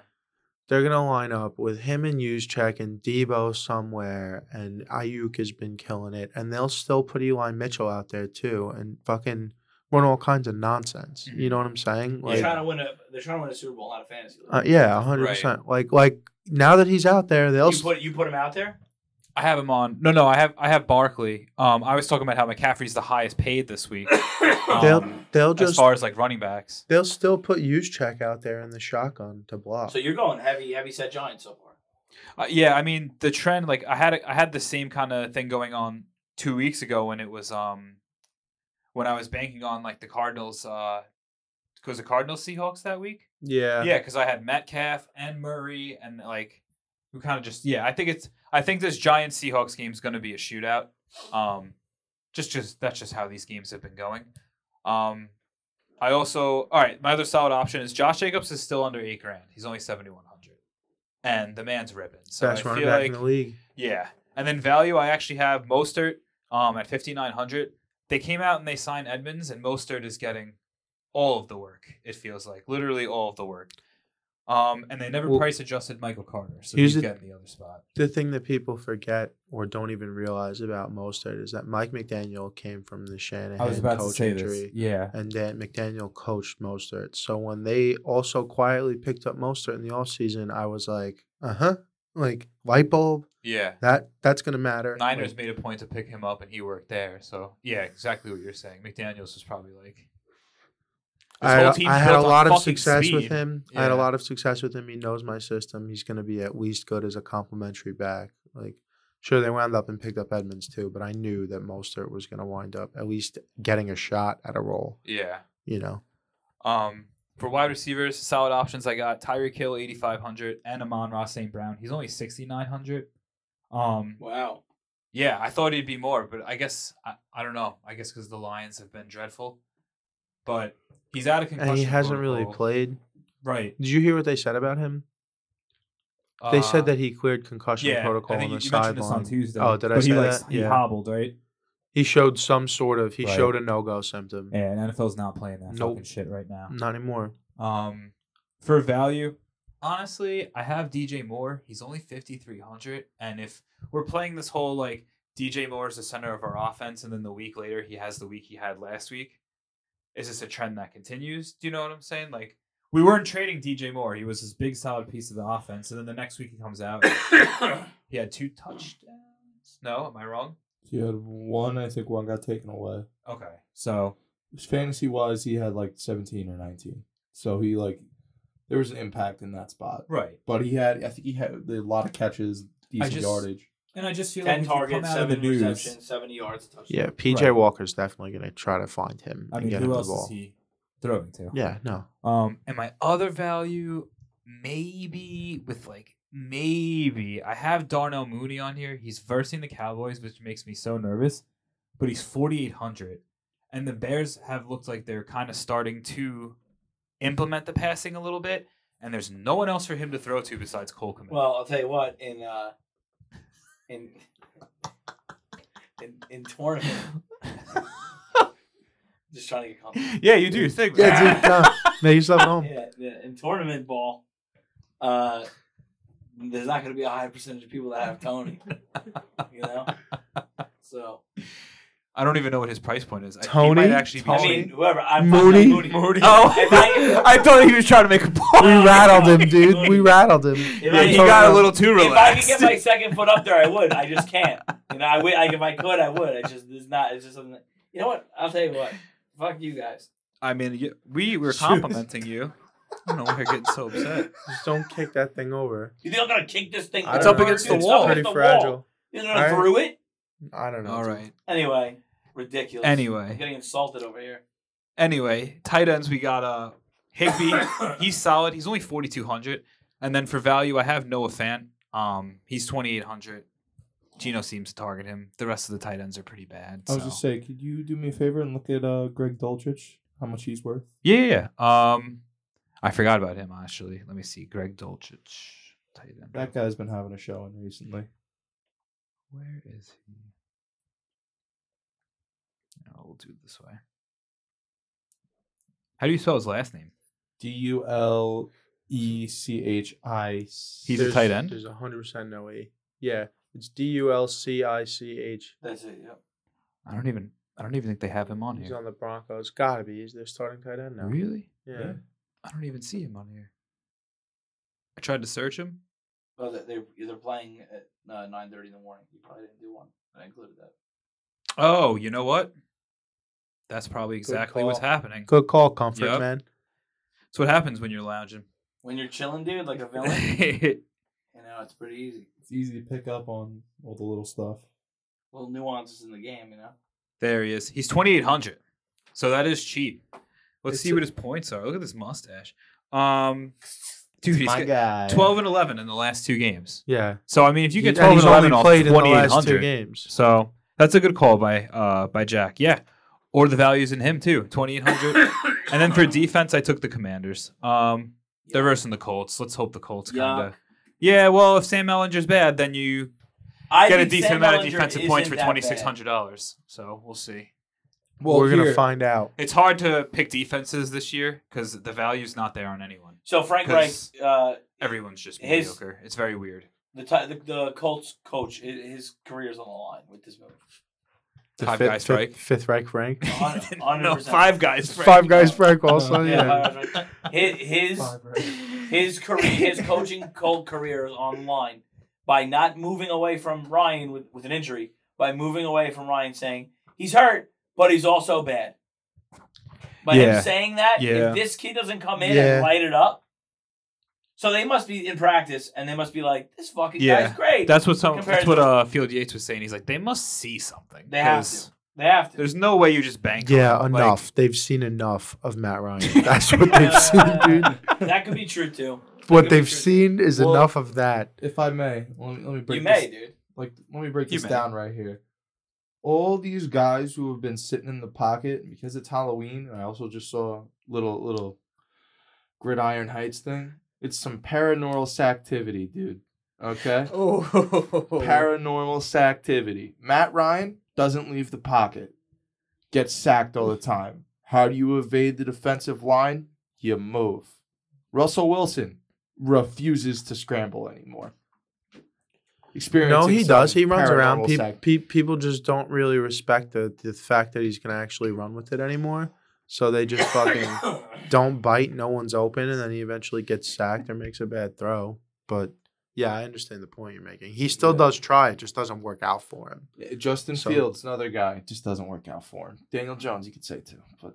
they're gonna line up with him and Juszczyk and Debo somewhere, and Ayuk has been killing it, and they'll still put Eli Mitchell out there too, and fucking run all kinds of nonsense. Mm-hmm. You know what I'm saying? They're Like, trying to win a. They're trying to win a Super Bowl, not a fantasy league. uh, yeah, hundred percent. Like, like now that he's out there, they'll. you s- put you put him out there. I have him on. No, no, I have I have Barkley. Um, I was talking about how McCaffrey's the highest paid this week They'll um, they'll as just far as like running backs. they'll still put Juszczyk out there in the shotgun to block. Um, so you're going heavy, heavy set Giants so far. Uh, yeah, I mean the trend. Like I had I had the same kind of thing going on two weeks ago when it was um when I was banking on like the Cardinals. Uh, was the Cardinals Seahawks that week? yeah, Yeah, because I had Metcalf and Murray and like we kind of just yeah. I think it's I think this Giants Seahawks game is going to be a shootout. Um, just just that's just how these games have been going. Um, I also all right. My other solid option is Josh Jacobs is still under eight grand. He's only seventy one hundred, and the man's ripping. So best I running feel back like in the league. yeah. And then value, I actually have Mostert um, at 5,900. They came out and they signed Edmonds, and Mostert is getting all of the work, it feels like. Literally all of the work. Um, and they never Well- price adjusted Michael Carter, so Here's he's the- getting the other spot. The thing that people forget or don't even realize about Mostert is that Mike McDaniel came from the Shanahan coaching tree, Yeah. and that McDaniel coached Mostert. So when they also quietly picked up Mostert in the offseason, I was like, uh huh, like light bulb. Yeah. That that's gonna matter. Niners Like, made a point to pick him up, and he worked there. So, yeah, exactly what you're saying. McDaniels was probably like. This I, whole team's I had built a on lot of fucking success with speed. him. I had a Yeah. lot of success with him. He knows my system. He's going to be at least good as a complimentary back. Like, sure, they wound up and picked up Edmonds too, but I knew that Mostert was going to wind up at least getting a shot at a role. Yeah. You know, Um, for wide receivers, solid options. I got Tyreek Hill, 8,500, and Amon Ross St. Brown. He's only 6,900. Um, Wow. yeah, I thought he'd be more, but I guess, I, I don't know. I guess because the Lions have been dreadful. But he's out of concussion. and he hasn't really protocol. played. Right. Did you hear what they said about him? They said Uh, that he cleared concussion yeah, protocol I on think the you, you mentioned this on sideline. Tuesday. Oh, did I but he, say like, that? He Yeah. hobbled, right? He showed some sort of. He Right. showed a no go symptom. Yeah, and NFL's not playing that Nope. fucking shit right now. Not anymore. Um, for value, honestly, I have DJ Moore. He's only fifty three hundred, and if we're playing this whole like DJ Moore is the center of our offense, and then the week later he has the week he had last week, is this a trend that continues? Do you know what I'm saying? Like we weren't trading DJ Moore. He was this big solid piece of the offense, and then the next week he comes out. he had two touchdowns. No, am I wrong? He had one. I think one got taken away. Okay, so Fantasy wise, he had like seventeen or nineteen. So he like there was an impact in that spot. right. But he had, I think he had a lot of catches, decent just- yardage. And I just feel like Ten if you come targets, out of the seven news. receptions, seventy yards, touchdown. Yeah, PJ Right. Walker's definitely going to try to find him I and mean, get who him else the ball. is he throwing to? Yeah, no. Um, and my other value, maybe with like maybe I have Darnell Mooney on here. He's versing the Cowboys, which makes me so nervous. But he's forty eight hundred, and the Bears have looked like they're kind of starting to implement the passing a little bit. And there's no one else for him to throw to besides Cole Komet. Well, I'll tell you what. In uh, in in, in tournament. Just trying to get comfortable. Yeah, you do your thing. Yeah, dude, no, make yourself at home. Yeah, yeah, in tournament ball, uh, there's not going to be a high percentage of people that have Tony. You know, so I don't even know what his price point is. I, he Tony? might actually I be. Tony? mean, whoever I'm Mooney? Mooney. Moody. Oh, If I- I thought he was trying to make a point. We rattled him, dude. We rattled him. If Yeah, I he could- got a little too If I could relaxed. get my second foot up there, I would. I just can't. You know, I would. Like, if I could, I would. I just it's not. It's just something. That, you know what? I'll tell you what. Fuck you guys. I mean, you- we were complimenting you. I don't know why you're getting so upset. Just don't kick that thing over. You think I'm gonna kick this thing? I It's don't up know. against the It's wall. up Pretty against the fragile. You're gonna Alright. throw it I don't know. All right. anyway. Ridiculous. I'm Anyway, getting insulted over here. anyway, tight ends. We got uh Higby. he's solid. He's only forty two hundred. And then for value, I have Noah Fan. Um, he's twenty eight hundred. Gino seems to target him. The rest of the tight ends are pretty bad. I was so. just saying, could you do me a favor and look at uh, Greg Dulcich, how much he's worth? Yeah, yeah, yeah. Um, I forgot about him actually. Let me see. Greg Dolchich, tight end. That guy's been having a showing recently. Where is he? No, we'll do it this way. How do you spell his last name? D U L E C H I. He's a There's- tight end? There's 100% no E. Yeah. It's D U L C I C H. That's it. Yep. I don't even. I don't even think they have him on He's here. on the Broncos. Gotta be. He's their starting tight end now. Really? Yeah. I don't even see him on here. I tried to search him. Oh, they they're, they're playing at uh, nine thirty in the morning. You probably didn't do one. I included that. Oh, you know what? That's probably exactly what's call. happening. Good call, Comfort, Yep. man. That's what happens when you're lounging. When you're chilling, dude, like a villain, yeah, you know it's pretty easy. It's easy to pick up on all the little stuff. Little nuances in the game, you know. There he is. He's 2,800. So that is cheap. Let's It's see a- what his points are. Look at this mustache. Um, dude, he's My got guy. 12 and 11 in the last two games. Yeah. So, I mean, if you get And 12 he's and only 11 off played in the last two 2,800. games. So that's a good call by uh, by Jack. Yeah. Or the values in him, too. 2,800. and then for defense, I took the commanders. Um, they're versing the Colts. Let's hope the Colts kind Yuck. of. Yeah, well, if Sam Ellinger's bad, then you I get a think decent Sam amount of Ellinger defensive points for isn't that bad. $2,600. So we'll see. We're going to here- find out. It's hard to pick defenses this year because the value's not there on anyone. So Frank Reich, 'Cause- uh, Everyone's just His- mediocre. It's very weird. the, ti- the the Colts coach, i- his career's on the line with this move. The Five fifth, guys fifth- strike. Fifth rank rank. Hun- hundred no, percent. five guys. Frank. Five guys Frank also. Yeah, yeah. Five guys, right? His his his career, his coaching cold career is on the line by not moving away from Ryan with, with an injury, by moving away from Ryan saying he's hurt, but he's also bad. By Yeah. him saying that, Yeah. if this kid doesn't come in Yeah. and light it up, so they must be in practice and they must be like, this fucking Yeah. guy's great. That's what some. Compared That's what to- uh, Field Yates was saying. He's like, they must see something. They have 'cause to. they have to. There's no way you just bank. Yeah, on it. enough. they've seen enough of Matt Ryan. That's what they've seen, dude. that could be true too. What they've seen is Well- enough of that. If I may, let me, let me break you this may, dude. like let me break You this may. down right here. All these guys who have been sitting in the pocket and because it's Halloween, and I also just saw little little gridiron heights thing. It's some paranormal sacktivity, dude. Okay? Oh, Paranormal sacktivity. Matt Ryan doesn't leave the pocket. Gets sacked all the time. How do you evade the defensive line? You move. Russell Wilson refuses to scramble anymore. No, Experiencing he does. some He runs around. paranormal Pe- sac- pe- people just don't really respect the, the fact that he's going to actually run with it anymore. So they just fucking don't bite. No one's open. And then he eventually gets sacked or makes a bad throw. But yeah, I understand the point you're making. He still Yeah. does try. It just doesn't work out for him. Yeah, uh, Justin So- Fields, another guy, it just doesn't work out for him. Daniel Jones, you could say too, but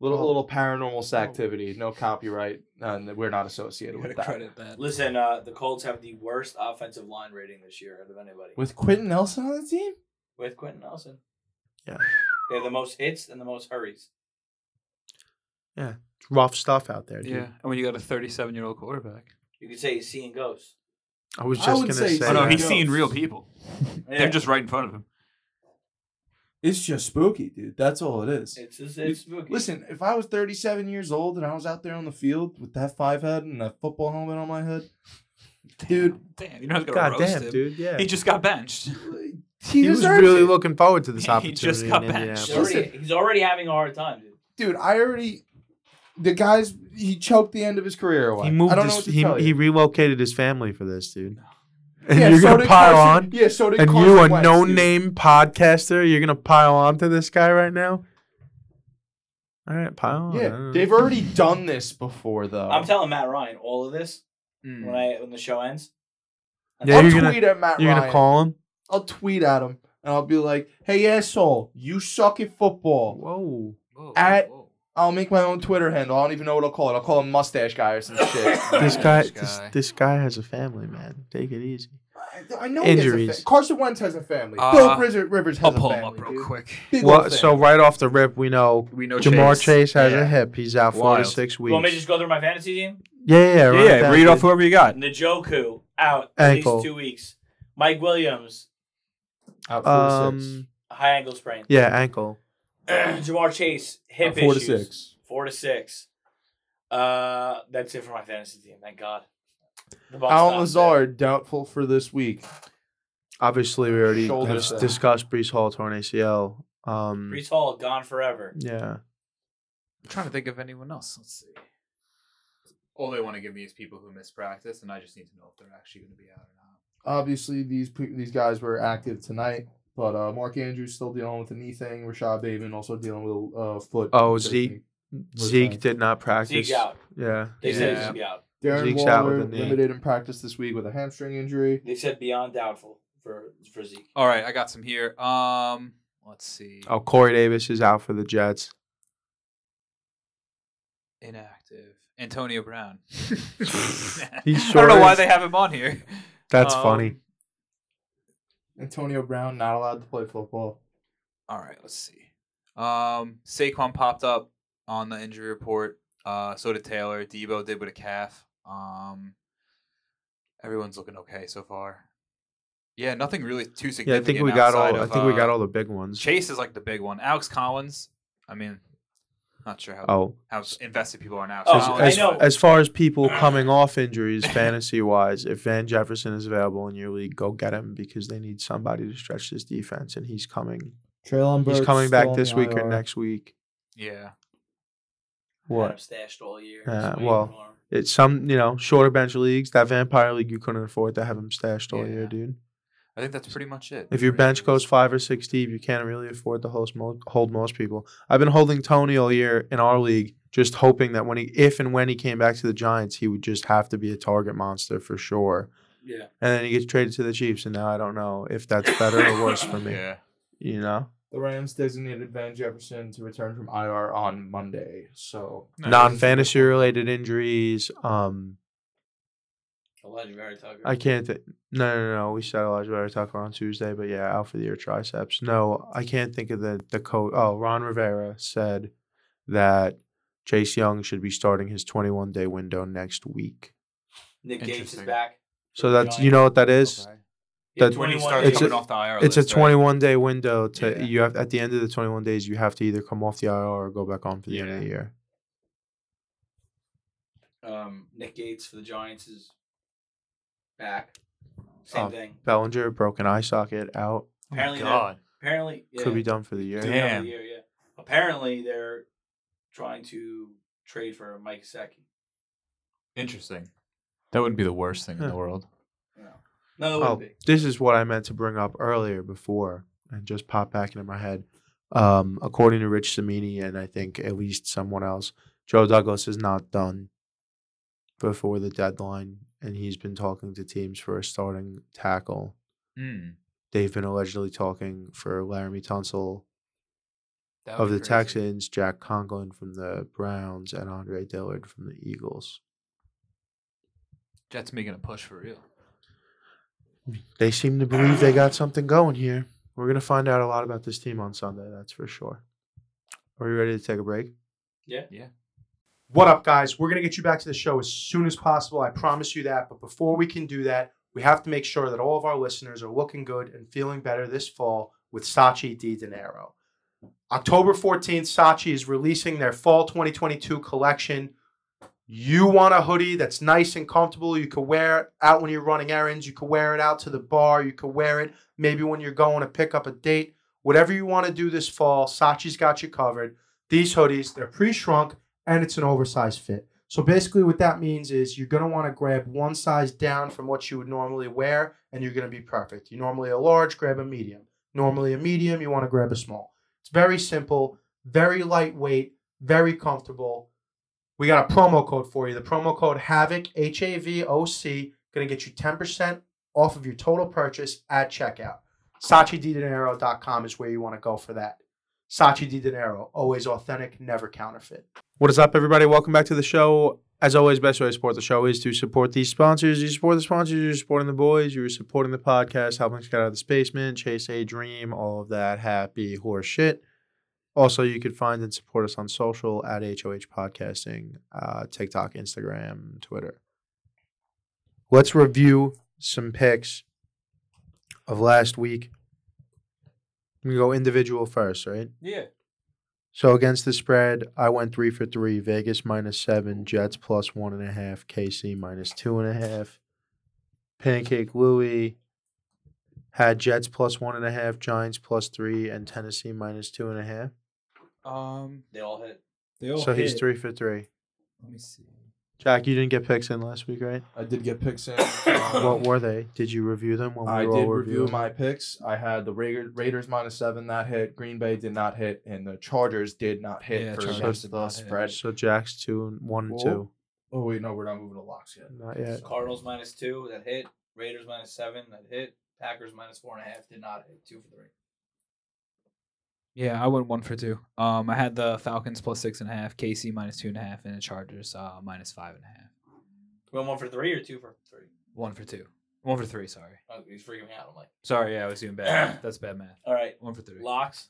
little Well- little paranormal activity, no copyright, and we're not associated with that. that. Listen, uh, the Colts have the worst offensive line rating this year out of anybody. With, With Quentin Nelson on the team, Quentin Nelson. Yeah. They have the most hits and the most hurries. It's rough stuff out there, dude. Yeah, and when you got a 37 year old quarterback. You could say he's seeing ghosts. I was I just going would to say say. so. Oh no, that. he's Yeah. seeing real people. Yeah. They're just right in front of him. it's just spooky, dude. That's all it is. It's just, it's spooky. Listen, if I was 37 years old and I was out there on the field with that five head and a football helmet on my head, Dude. Damn, damn, you're not gonna God roast damn, him. dude. Yeah. He just got benched. He, he was deserves really it. looking forward to this He opportunity just got in back. Indianapolis. He's already, he's already having a hard time, dude. dude. I already. The guys, he choked the end of his career away. He moved. I don't know his, what to he, tell you. he relocated his family for this, dude. And Yeah, you're so gonna did pile Carson- on. Yeah, so did And Carson you, a Wentz, no dude. name podcaster, you're gonna pile on to this guy right now. All right, pile on. I Yeah, don't they've know. already done this before, though. Oh. I'm telling Matt Ryan all of this Hmm. Hmm. when I when the show ends. Yeah, I'll you're tweet gonna at Matt you're Ryan. gonna call him. I'll tweet at him and I'll be like, "Hey asshole, you suck at football." Whoa. Whoa, At- whoa. I'll make my own Twitter handle. I don't even know what I'll call it. I'll call him Mustache Guy or some shit. This guy, This this, guy. this guy has a family, man. Take it easy. I- I know he has a fa- Injuries. Carson Wentz has a family. Uh, Philip Riz- Rivers has I'll a pull family. him up real dude. quick. Big old Well, thing. so right off the rip, we know We know Jamar Chase, has Yeah. a hip. He's out four Wild. to six You want me to weeks. just go through my fantasy team? Yeah, yeah, yeah. Yeah, right yeah back, read off dude. whoever you got. Njoku out at Ankle. least two weeks. Mike Williams Out four to six. Um, high ankle sprain. yeah, ankle. Jamar Chase hip Out four issues. to six. Four to six. Uh, that's it for my fantasy team. Thank God. The Bucs Alan stopped Lazard doubtful for this week. Obviously, we already Shoulder have set. discussed Brees Hall torn ACL. it. Mm. Um, Brees Hall gone forever. yeah, I'm trying to think of anyone else. Let's see. All they want to give me is people who miss practice, and I just need to know if they're actually going to be out or not. Obviously, these pe- these guys were active tonight, but uh, Mark Andrews still dealing with the knee thing. Rashad Bateman also dealing with a uh, foot. Oh, thing. Zeke. Was Zeke nice. did not practice. Zeke's out. Yeah, They said he Yeah. should be out. Darren Zeke's Waller out with a knee. limited in practice this week with a hamstring injury. They said beyond doubtful for for Zeke. All right, I got some here. Um, let's see. Oh, Corey Davis is out for the Jets. Inactive. Antonio Brown. He's I don't know why short. they have him on here. That's Um, funny. Antonio Brown not allowed to play football. All right, let's see. Um, Saquon popped up on the injury report. Uh, so did Taylor. Debo did with a calf. Um, everyone's looking okay so far. Yeah, nothing really Yeah, too I significant. think we got all. outside I of, think we uh, got all the big ones. Chase is like the big one. Alex Collins. I mean, not sure how Oh, how invested people are now. Oh, as, I as, know. as far as people coming off injuries, fantasy wise, if Van Jefferson is available in your league, go get him because they need somebody to stretch this defense, and he's coming. Traylon He's Burks coming still back on this the week IR. or next week. Yeah. Had him What? stashed all year. Yeah, Just waiting well, for him. It's some you know shorter bench leagues. That vampire league you couldn't afford to have him stashed all year, Yeah. dude. I think that's pretty much it. If your for bench injuries. goes five or six deep, you can't really afford to host mo- hold most people. I've been holding Tony all year in our league, just hoping that when he, if and when he came back to the Giants, he would just have to be a target monster for sure. yeah. And then he gets traded to the Chiefs, and now I don't know if that's better or worse for me. Yeah. You know, The Rams designated Van Jefferson to return from IR on Monday. So non fantasy related injuries. Um, Elijah Barry Tucker. I can't. Th- no, no, no. We said Elijah Vera Tucker on Tuesday, but yeah, out for the year triceps. No, I can't think of the the coach. Oh, Ron Rivera said that Chase Young should be starting his 21 day window next week. Nick Gates is Interesting. back. So that's you know what that is. Yeah, that- When he 21 starts It's a- coming off the IR It's a list, right? 21 day window to Yeah. you have at the end of the 21 days you have to either come off the IR or go back on for the end of the year. um, Nick Gates for the Giants is back. Same Oh. thing. Bellinger broken eye socket out Oh my Apparently, they're- God. apparently, yeah, could be done for the year. could be done Damn. for the year, yeah. Apparently, they're trying to trade for Mike Gesicki. Interesting. That wouldn't be the worst thing in Huh. the world. No, no, it Oh, wouldn't be. this is what I meant to bring up earlier before and just popped back into my head. Um, according to Rich Samini and I think at least someone else, Joe Douglas is not done before the deadline, and he's been talking to teams for a starting tackle. Mm, They've been allegedly talking for Laramie Tunsil that would of be the crazy. Texans, Jack Conklin from the Browns, and Andre Dillard from the Eagles. Jets making a push for real. They seem to believe they got something going here. We're going to find out a lot about this team on Sunday, that's for sure. Are you ready to take a break? What up, guys? We're going to get you back to the show as soon as possible. I promise you that. But before we can do that, we have to make sure that all of our listeners are looking good and feeling better this fall with Sachi Di Dinero. October 14th, Sachi is releasing their fall 2022 collection. You want a hoodie that's nice and comfortable. You could wear it out when you're running errands. You could wear it out to the bar. You could wear it maybe when you're going to pick up a date. Whatever you want to do this fall, Saatchi's got you covered. These hoodies, they're pre shrunk and it's an oversized fit. So basically, what that means is you're going to want to grab one size down from what you would normally wear and you're going to be perfect. You normally a large, grab a medium. Normally a medium, you want to grab a small. It's very simple, very lightweight, very comfortable. We got a promo code for you. The promo code HAVOC, H A V O C, going to get you 10% off of your total purchase at checkout. SachiDiDinero.com is where you want to go for that. Sachi Di Dinero, always authentic, never counterfeit. What is up, everybody? Welcome back to the show. As always, best way to support the show is to support these sponsors. You support the sponsors, you're supporting the boys, you're supporting the podcast, helping us get out of this basement, chase a dream, all of that happy horse shit. Also, you could find and support us on social at HOH Podcasting, uh, TikTok, Instagram, Twitter. Let's review some picks of last week. We go individual first, right? Yeah. So against the spread, I went three for three. Vegas minus seven, Jets plus one and a half, KC minus two and a half. Pancake Louie had Jets plus one and a half, Giants plus three, and Tennessee minus two and a half. Um, They all hit. they all so he's hit. three for three. Let me see. Jack, you didn't get picks in last week, right? I did get picks in. What were they? Did you review them when we I were all did review reviewing? my picks. I had the Raiders, Raiders minus seven that hit. Green Bay did not hit, and the Chargers did not hit Yeah, for Chargers against did the not hit. spread. So Jack's two and one and Cool. two. Oh wait, no, we're not moving to locks yet. Not yet. Cardinals minus two, that hit. Raiders minus seven, that hit. Packers minus four and a half, did not hit. Two for three. Yeah, I went one for two. Um, I had the Falcons plus six and a half, KC minus two and a half, and the Chargers uh, minus five and a half. We went one for three or two for three? One for two. One for three. Sorry. Oh, he's freaking me out. I'm like, Sorry. Yeah, I was doing bad. That's bad math. all right, One for three. locks.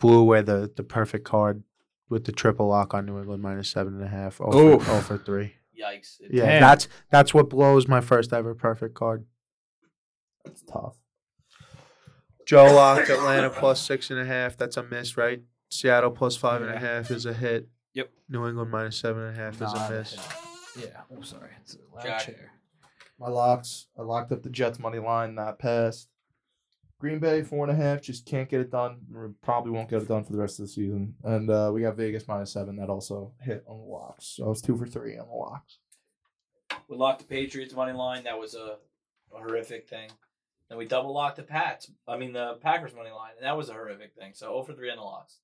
blew away the, the perfect card with the triple lock on New England minus seven and a half. Oh, Oof. For, oh for three. Yikes. It- Yeah, Damn. that's that's what blows my first ever perfect card. That's tough. Joe locked Atlanta plus six and a half. That's a miss, right? Seattle plus five and a half is a hit. Yep. New England minus seven and a half is Nah, a miss. Yeah. Oh, sorry. It's a loud Jack. chair. My locks. I locked up the Jets money line that passed. Green Bay four and a half just can't get it done. or Probably won't get it done for the rest of the season. And uh, we got Vegas minus seven that also hit on the locks. So it's two for three on the locks. We locked the Patriots money line. That was a, a horrific thing. Then we double locked the Pats. I mean the Packers money line, and that was a horrific thing. So 0 for three on the locks.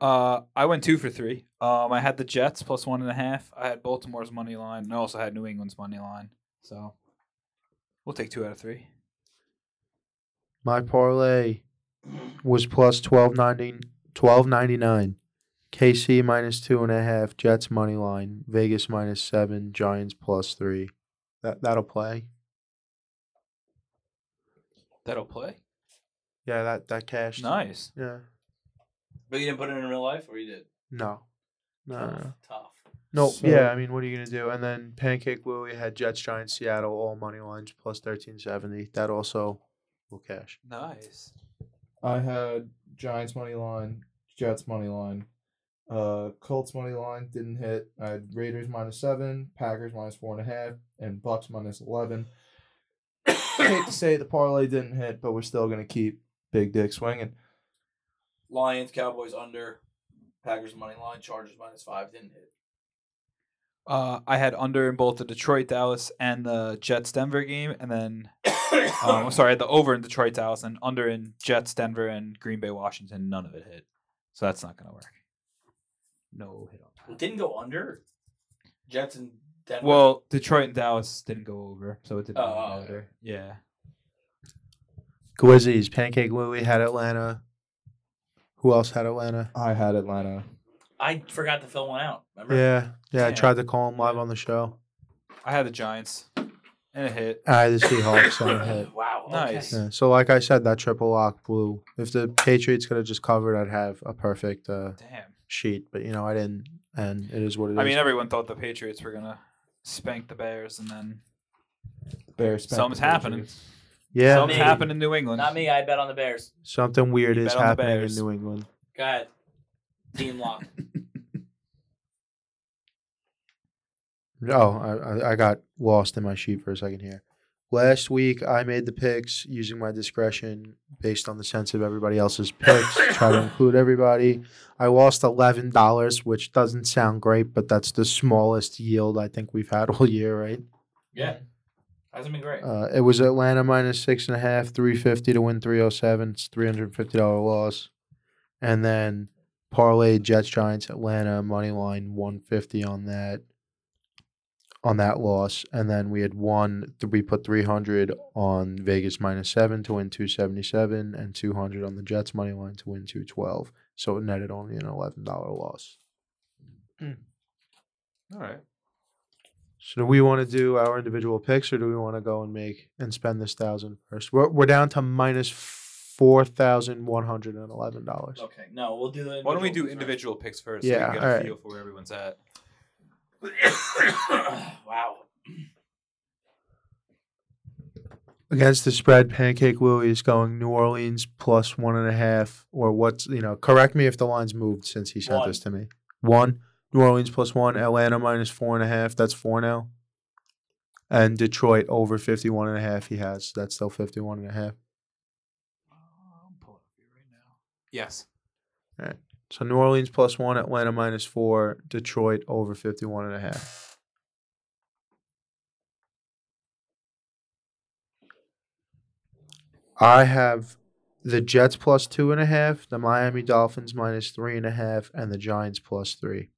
Uh, I went two for three. Um, I had the Jets plus one and a half. I had Baltimore's money line, and I also had New England's money line. So we'll take two out of three. My parlay was plus 1290, 1299. KC minus two and a half. Jets money line. Vegas minus seven. Giants plus three. That that'll play. That'll play. Yeah, that that cash. Nice. Yeah. But you didn't put it in real life, or you did? No. No. no, Tough. no. Tough. No, So- yeah, I mean, what are you gonna do? And then Pancake Louie had Jets, Giants, Seattle, all money lines plus thirteen seventy. That also will cash. Nice. I had Giants money line, Jets money line, uh, Colts money line didn't hit. I had Raiders minus seven, Packers minus four and a half, and Bucks minus eleven. Hate to say the parlay didn't hit, but we're still gonna keep Big Dick swinging. Lions, Cowboys under. Packers money line, Chargers minus five didn't hit. Uh, I had under in both the Detroit Dallas and the Jets Denver game, and then um, I'm sorry, I had the over in Detroit Dallas and under in Jets Denver and Green Bay Washington. None of it hit, so that's not gonna work. No hit on It that. didn't go under. Jets and Denver. Well, Detroit and Dallas didn't go over, so it didn't Oh, go okay. under. Yeah. Gwizzies, Pancake Louie had Atlanta. Who else had Atlanta? I had Atlanta. I forgot to fill one out. Remember? Yeah, yeah. I Yeah. tried to call him live on the show. I had the Giants, and it hit. I had Ah, the Seahawks on a hit. Wow. Okay. Nice. Yeah, so like I said, that triple lock blew. If the Patriots could have just covered, I'd have a perfect uh, Damn. sheet. But you know, I didn't, and it is what it is. I mean, everyone thought the Patriots were gonna spank the Bears, and then The Bears. spanked something's the happening. Patriots. yeah, something's me. happened in New England. Not me. I bet on the Bears. something weird You is bet on the happening in Bears. New England. Go ahead. Team lock. Oh, I- I, I got lost in my sheet for a second here. Last week, I made the picks using my discretion based on the sense of everybody else's picks, try to include everybody. I lost $11, which doesn't sound great, but that's the smallest yield I think we've had all year, right? Yeah. Hasn't been great. Uh, it was Atlanta minus six and a half, 350 to win 307. It's $350 loss. And then parlay Jets Giants Atlanta money line 150 on that on that loss. And then we had one th- we put 300 on Vegas minus 7 to win 277 and 200 on the Jets money line to win 212. So it netted only an $11 loss. All right. So do we want to do our individual picks, or do we want to go and make and spend this thousand first? We're we're down to minus four thousand one hundred and eleven dollars. okay. No, we'll do the. Why don't we do individuals individual picks first? Yeah, so we can get a alright. feel for where everyone's at. first. wow. Against the spread, Pancake Willie is going New Orleans plus one and a half, or what's you know? Correct me if the line's moved since he sent One. this to me. One New Orleans plus one, Atlanta minus four and a half. That's four now. And Detroit over fifty one and a half. He has that's still fifty one and a half. I'm pulling up here right now. Yes. So New Orleans plus one, Atlanta minus four, Detroit over fifty one and a half. I have the Jets plus two and a half, the Miami Dolphins minus three and a half, and the Giants plus three.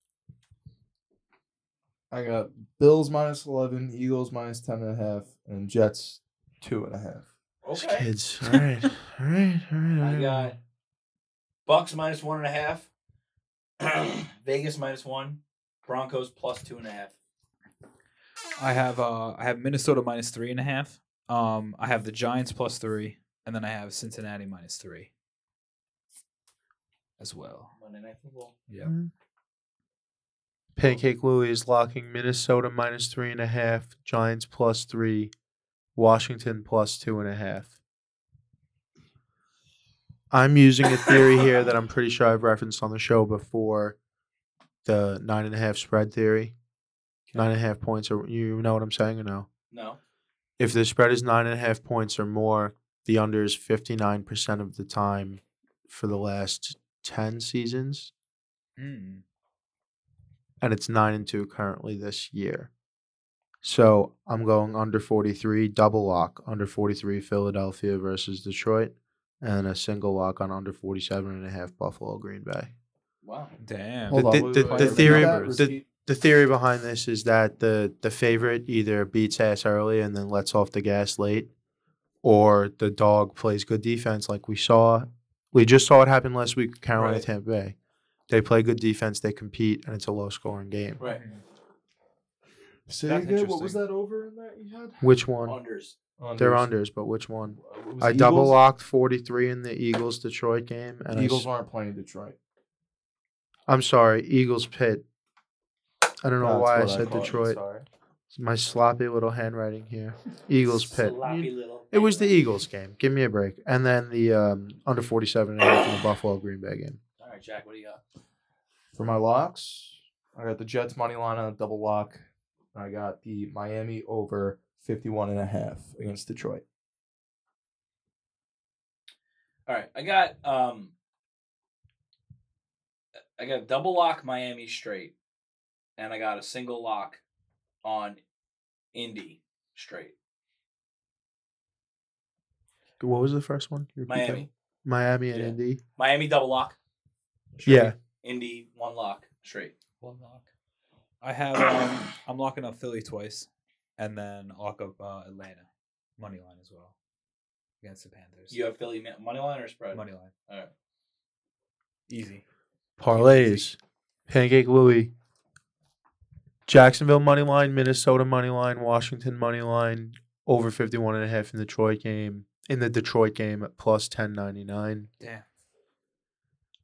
I got Bills minus eleven, Eagles minus ten and a half, and Jets two and a half. These Okay. Kids. All right. All right. All right. All I right. got Bucks minus one and a half, Vegas minus one, Broncos plus two and a half. I have uh I have Minnesota minus three and a half. Um I have the Giants plus three, and then I have Cincinnati minus three. As well. Monday Night Football. Yeah. Pancake Louie is locking Minnesota minus three and a half, Giants plus three, Washington plus two and a half. I'm using a theory here that I'm pretty sure I've referenced on the show before the nine and a half spread theory. Nine and a half points, or you know what I'm saying, or no? No. If the spread is nine and a half points or more, the under is 59% of the time for the last 10 seasons Mm. and it's nine and two currently this year. So I'm going under 43, double lock under 43 Philadelphia versus Detroit, and a single lock on under 47 and a half Buffalo Green Bay. Wow. Damn. Hold The- on. the- the- the theory- the- repeat- The theory behind this is that the the favorite either beats ass early and then lets off the gas late, or the dog plays good defense like we saw. We just saw it happen last week, with Carolina Right. Tampa Bay. They play good defense, they compete, and it's a low scoring game. Right. Say That's again, what was interesting. that over in that you had? Which one? Unders. They're unders, but which one? What uh, was I it, double Eagles? locked 43 in the Eagles Detroit game. And Eagles Eagles. aren't playing Detroit. I, am sorry, Eagles Pitt. I don't know That's why I what said called it, Detroit. sorry. It's my sloppy little handwriting here. Eagles Pitt. Sloppy little. It was the Eagles game. Give me a break. And then the um, under 47 and a half in the Buffalo Green Bay game. All right, Jack. What do you got? For my locks, I got the Jets money line on a double lock. I got the Miami over 51 and a half against Detroit. All right, I got um, I got a double lock Miami straight, and I got a single lock on Indy straight. What was the first one? You repeat that? Miami, Miami and Yeah. Indy. Miami double lock. Yeah. Indy one lock straight. One lock. I have um, I'm locking up Philly twice, and then lock up uh, Atlanta, money line as well, against the Panthers. You have Philly ma- money line or spread? money line. All right. Easy. Parlays. Pancake Louie. Jacksonville money line, Minnesota money line, Washington money line, over 51 and a half in the Detroit game, in the Detroit game at plus 1099. Damn.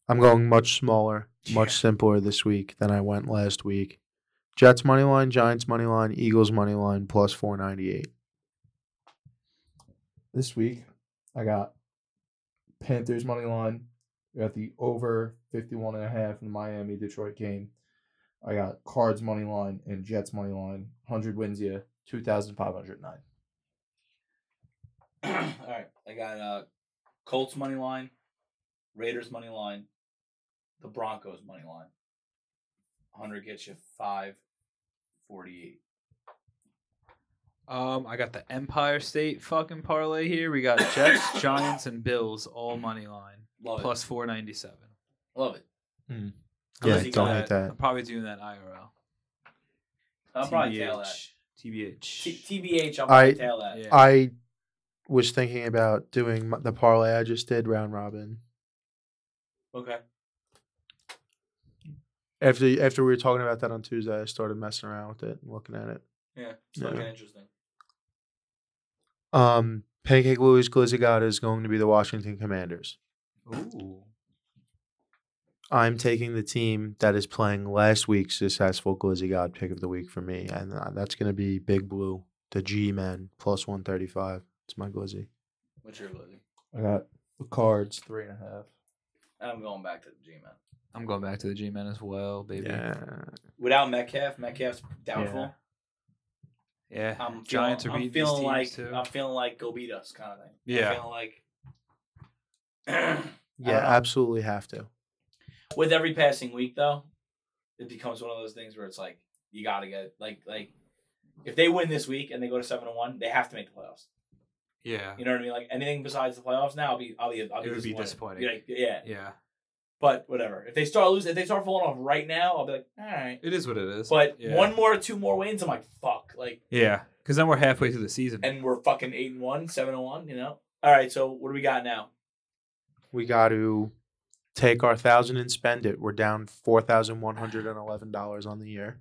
I'm going much smaller, much simpler this week than I went last week. Jets money line, Giants money line, Eagles money line, plus 498. This week, I got Panthers money line. I got the over 51 and a half in the Miami Detroit game. I got Cards money line and Jets money line. Hundred wins you two thousand five hundred nine. All right, I got uh, Colts money line, Raiders money line, the Broncos money line. Hundred gets you five forty-eight. Um, I got the Empire State fucking parlay here. We got Jets, Giants, and Bills all Mm-hmm. money line Love plus four ninety seven. it. Love it. Yeah, Unless you don't got hit that. I'm probably doing that IRL. I'll probably tail that. TBH. T- TBH, I'll I- probably tail that. Yeah. I was thinking about doing m- the parlay I just did round robin Okay. after after we were talking about that on Tuesday. I started messing around with it and looking at it. Yeah. It's Yeah. looking interesting. Um, Pancake Louis Glizigata is going to be the Washington Commanders. Ooh. I'm taking the team that is playing last week's successful Glizzy God pick of the week for me, and uh, that's going to be Big Blue, the G-Man, plus 135. It's my Glizzy. What's your ability? I got the Cards three and a half. I'm going back to the G man. I'm going back to the G men as well, baby. Yeah. Without Metcalf, Metcalf's doubtful. Yeah. I'm Giants feeling, are I'm beating feeling these teams like too. I'm feeling like go beat us kind of thing. Yeah. I'm feeling like Yeah, know. absolutely have to. with every passing week though, it becomes one of those things where it's like you gotta get like like if they win this week and they go to seven and one, they have to make the playoffs. Yeah. You know what I mean? Like anything besides the playoffs now, I'll be I'll be I'll be It would be disappointing. Like, yeah, Yeah. but whatever. If they start losing, if they start falling off right now, I'll be like, all right. It is what it is. But yeah. one more, or two more wins, I'm like, fuck. Like, Yeah. Because then we're halfway through the season. and we're fucking eight and one, seven and one. You know. All right. So what do we got now? We got to take our thousand and spend it. We're down four thousand one hundred and eleven dollars on the year,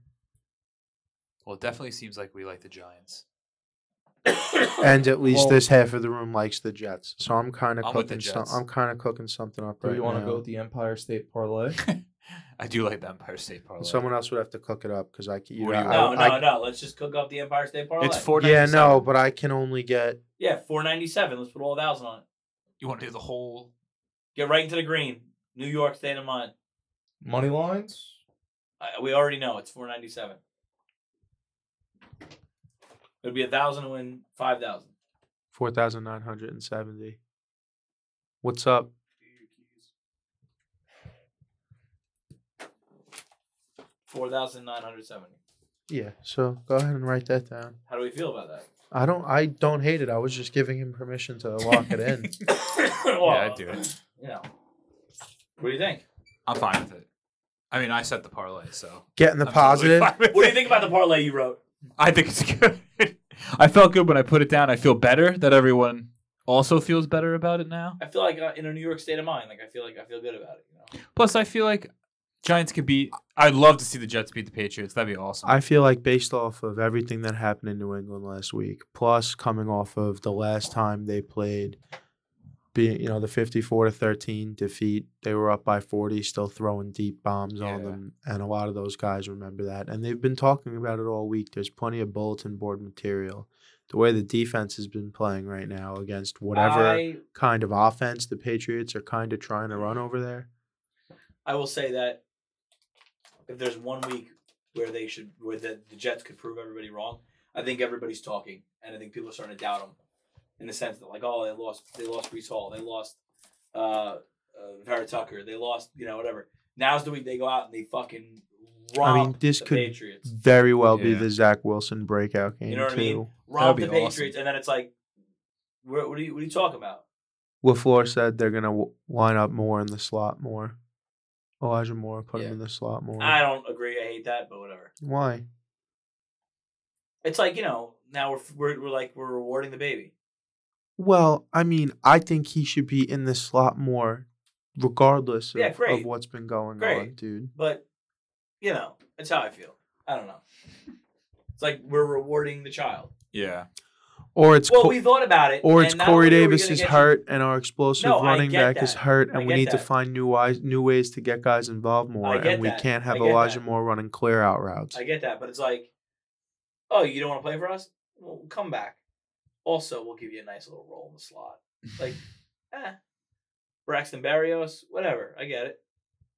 Well, it definitely seems like we like the Giants. and at least Well- this half of the room likes the Jets. So I'm kind of I'm with the cooking. Some, Jets. I'm kind of cooking something up Do right you want to now. go with the Empire State parlay? I do like the Empire State parlay. Someone else would have to cook it up because I can. What do you I- no, I- no, no. Let's just cook up the Empire State parlay. It's four. Yeah, no, but I can only get yeah, four ninety seven. Let's put all thousand on it. You want to do the whole? Get right into the green. New York state of mind. Money lines. I, we already know it's four ninety seven. It'd be a thousand to win five thousand. 4,970. What's up? Four thousand nine hundred seventy. Yeah, so go ahead and write that down. How do we feel about that? I don't I don't hate it. I was just giving him permission to lock it in. Well, yeah, I do it. You know. What do you think? I'm fine with it. I mean, I set the parlay, so Getting the I'm positive. totally fine with What do you it. think about the parlay you wrote? I think it's good. I felt good when I put it down. I feel better that everyone also feels better about it now. I feel like uh, in a New York state of mind. Like I feel like I feel good about it. You know. Plus, I feel like Giants could beat. I'd love to see the Jets beat the Patriots. That'd be awesome. I feel like based off of everything that happened in New England last week, plus coming off of the last time they played being you know, the fifty four to thirteen defeat. They were up by forty, still throwing deep bombs on Yeah. them. And a lot of those guys remember that. And they've been talking about it all week. There's plenty of bulletin board material. The way the defense has been playing right now against whatever I kind of offense the Patriots are kind of trying to run over there. I will say that if there's one week where they should where the, the Jets could prove everybody wrong, I think everybody's talking, and I think people are starting to doubt them in the sense that like, oh, they lost, they lost Brees Hall, they lost uh, uh, Vera Tucker, they lost, you know, whatever. Now's the week they go out and they fucking rob I mean, this the could Patriots, very well be Yeah. the Zach Wilson breakout game You know what I too. mean? rob the That'd be awesome. Patriots, and then it's like, where, what are you what are you talking about? LaFleur said they're gonna w- line up more in the slot more. Elijah Moore put Yeah. him in the slot more. I don't agree. I hate that, but whatever. Why? It's like you know now we're we're, we're like we're rewarding the baby. Well, I mean, I think he should be in the slot more, regardless of, Yeah, great. of what's been going on, Great. dude. But you know, that's how I feel. I don't know. It's like we're rewarding the child. yeah, Or it's well, Co- we thought about it. or it's and not Corey only are we Davis gonna is get- hurt and our explosive No, I running get back is that. hurt, I and we get need to that. find new wise, new ways to get guys involved more, get and we that. can't I have get Elijah that. Moore running clear out routes. I get that, but it's like, oh, you don't want to play for us? Well, come back. Also, we'll give you a nice little roll in the slot. Like, eh. Braxton Barrios, whatever. I get it.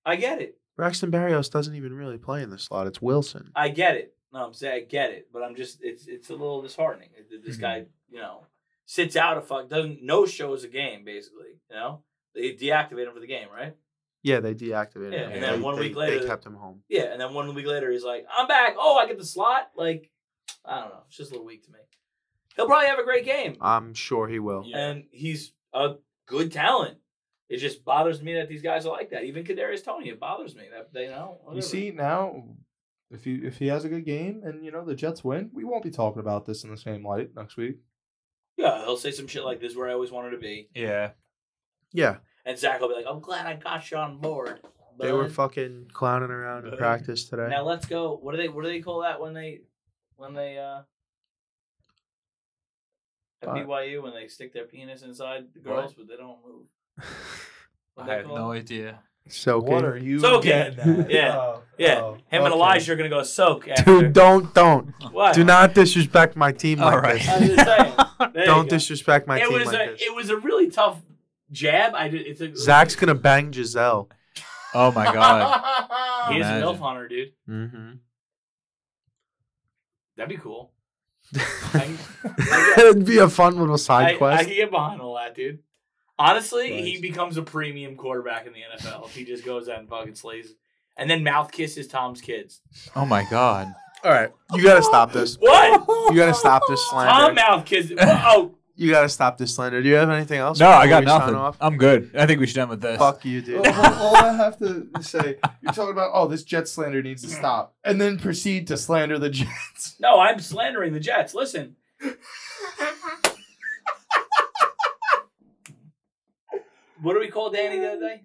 I get it. Braxton Barrios doesn't even really play in the slot. It's Wilson. I get it. No, I'm saying I get it, but I'm just it's it's a little disheartening. that This guy, Mm-hmm. you know, sits out a fuck doesn't no shows a game basically. You know, they deactivate him for the game, right? Yeah, they deactivated Yeah, him. and then They- one they- week later- they kept him home. Yeah, and then one week later he's like, I'm back. Oh, I get the slot. Like, I don't know. It's just a little weak to me. He'll probably have a great game, I'm sure he will. Yeah. and he's a good talent. It just bothers me that these guys are like that. Even Kadarius Tony, it bothers me that they know. You whatever. see now, if he if he has a good game and you know the Jets win, we won't be talking about this in the same light next week. yeah, he'll say some shit like this is where I always wanted to be, Yeah. Yeah, and Zach will be like, I'm glad I got you on board. they were bud." fucking clowning around in Bud. practice today. Now let's go. What do they what do they call that when they when they uh at What? BYU when they stick their penis inside the What? girls but they don't move. What I they have call no it? idea. So What are you So, okay. getting at? Yeah. Oh, Yeah. oh, Him and okay. Elijah are gonna go soak after. dude? Don't don't what? do not disrespect my team All like right. I was just saying. There you Don't go. disrespect my it team was like a this. it was a really tough jab. I did. It's a Zach's gonna bang Giselle. Oh my god. He is a Imagine. milf hunter, dude. Mm-hmm. That'd be cool. It'd be a fun little side I, I quest. can get behind all that, dude. Honestly, he Christ. becomes a premium quarterback in the NFL if he just goes out and fucking slays. And then mouth kisses Tom's kids. Oh my god. All right, you gotta stop this. What? You gotta stop this Tom slander. mouth kisses. Oh, You gotta stop this slander. Do you have anything else? No, I before got we sign nothing. off? I'm good. I think we should end with this. Fuck you, dude. Oh, All, all- all I have to say, you're talking about, oh, this Jet slander needs to stop, and then proceed to slander the Jets. no, I'm slandering the Jets. Listen. what do we call Danny the other day?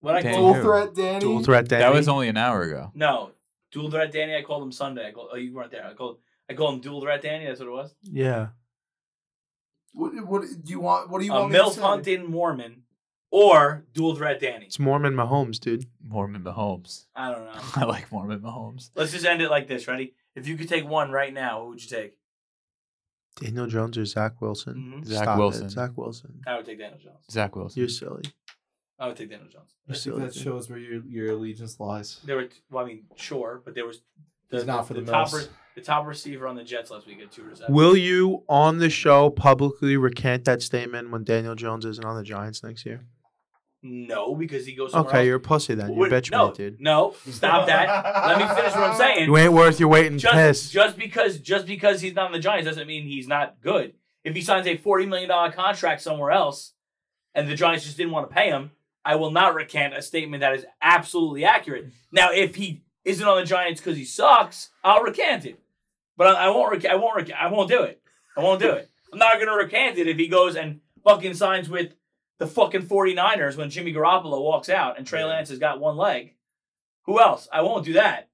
What I Danny call Dual who? threat, Danny. Dual threat, Danny. That was only an hour ago. No. Dual threat Danny, I called him Sunday. I call, oh, you weren't there. I called I called him dual threat Danny, that's what it was. yeah. What, what do you want? What do you A want me to MILF say? hunting Mormon or dual threat Danny. It's Mormon Mahomes, dude. Mormon Mahomes. I don't know. I like Mormon Mahomes. Let's just end it like this. Ready? If you could take one right now, what would you take? Daniel Jones or Zach Wilson? Mhm. Zach Stop it. Wilson. Zach Wilson. I would take Daniel Jones. Zach Wilson. You're silly. I would take Daniel Jones. You're silly. dude. where your, your allegiance lies. There were, t- well, I mean, sure, but there was It's not for the top Mills. re- the top receiver on the Jets last week had two receptions. Will you on the show publicly recant that statement when Daniel Jones isn't on the Giants next year? no, because he goes. Somewhere Okay, else. you're a pussy then. You Wait, bitch no, made, dude. No, stop that. Let me finish what I'm saying. You ain't worth your weight in just piss. just because just because he's not on the Giants doesn't mean he's not good. If he signs a forty million dollar contract somewhere else, and the Giants just didn't want to pay him, I will not recant a statement that is absolutely accurate. Now, if he isn't on the Giants because he sucks, I'll recant it. But I, I won't. Rec- I won't. Rec- I won't do it. I won't do it. I'm not gonna recant it if he goes and fucking signs with the fucking 49ers when Jimmy Garoppolo walks out and Trey Lance has got one leg. Who else? I won't do that.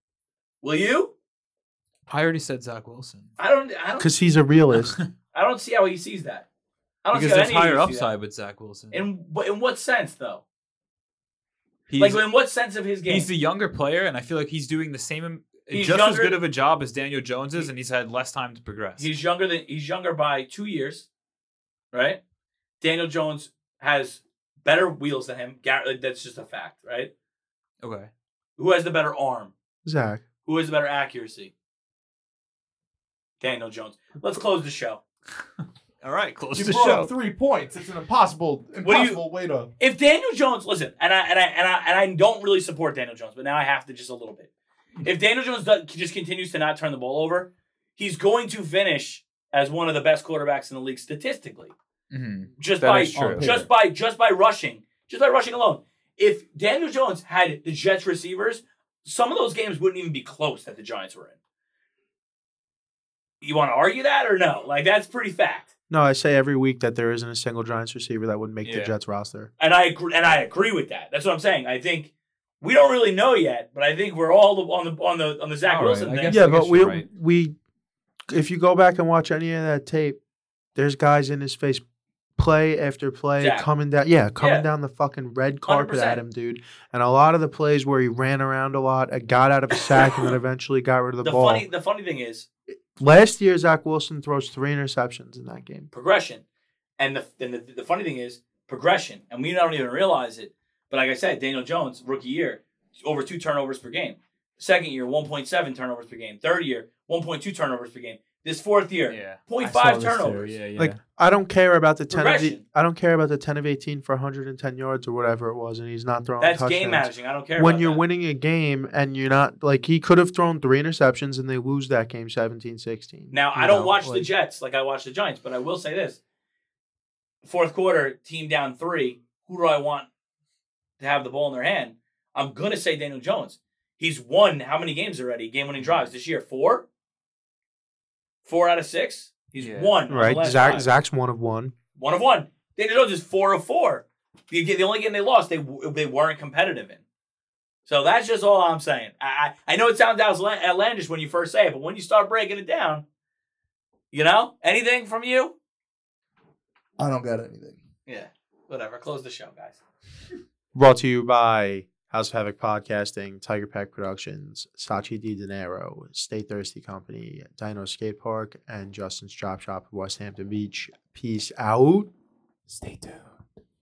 Will you? I already said Zach Wilson. I don't. I don't. Because he's a realist. I don't see how he sees that. I don't Because see how there's any of you higher see upside with Zach Wilson. That. In wh- in what sense though? he's, like in what sense of his game? he's the younger player, and I feel like he's doing the same, He's just as younger- good of a job as Daniel Jones is, and he's had less time to progress. He's younger than he's younger by two years, right? Daniel Jones has better wheels than him. Gar- like, That's just a fact, right? okay. Who has the better arm? Zach. Who has the better accuracy? Daniel Jones. Let's close the show. All right, close You the brought show. up three points. It's an impossible, do you- impossible way to. If Daniel Jones, listen, and I and I and I and I don't really support Daniel Jones, but now I have to just a little bit. If Daniel Jones does, just continues to not turn the ball over, he's going to finish as one of the best quarterbacks in the league statistically. Mhm. Just That by is true. just by just by rushing, just by rushing alone. If Daniel Jones had the Jets receivers, some of those games wouldn't even be close that the Giants were in. You want to argue that or no? Like that's pretty fact. No, I say every week that there isn't a single Giants receiver that would make the Yeah. Jets roster. and I agree, and I agree with that. That's what I'm saying. I think we don't really know yet, but I think we're all on the on the on the Zach All right, Wilson I thing. guess- yeah, but you're we right. we if you go back and watch any of that tape, there's guys in his face play after play Zach. coming down yeah, coming Yeah. down the fucking red carpet 100%. at him, dude. And a lot of the plays where he ran around a lot, uh, got out of a sack and then eventually got rid of the, The, ball. funny the funny thing is Last year Zach Wilson throws three interceptions in that game. progression, and the and the, the funny thing is progression, and we don't even realize it. But like I said, Daniel Jones rookie year over two turnovers per game. Second year, 1.7 turnovers per game. Third year, 1.2 turnovers per game. This fourth year, Yeah. point I saw five this too, turnovers. Yeah, yeah. Like I don't care about the ten. Of the, Progression. I don't care about the ten of eighteen for 110 yards or whatever it was, and he's not throwing. That's touchdowns. game managing. I don't care. When about you're that. winning a game and you're not like he could have thrown three interceptions and they lose that game 17-16. Now you I don't know, watch the like- Jets like I watch the Giants, but I will say this: fourth quarter, team down three. Who do I want to have the ball in their hand? I'm gonna say Daniel Jones. He's won how many games already? Game winning drives Mm-hmm. this year? Four. Four out of six. He's Yeah. won. on the Right, last Zach. drive. Zach's one of one. One of one. Daniel Jones is four of four. The, the only game they lost, they they weren't competitive in. So that's just all I'm saying. I I I know it sounds outla- outlandish when you first say it, but when you start breaking it down, you know anything from you? I don't got anything. Yeah, whatever. Close the show, guys. Brought to you by House of Havoc Podcasting, Tiger Pack Productions, Sachi Di Dinero, Stay Thirsty Company, Dino Skate Park, and Justin's Chop Shop, West Hampton Beach. Peace out. Stay tuned.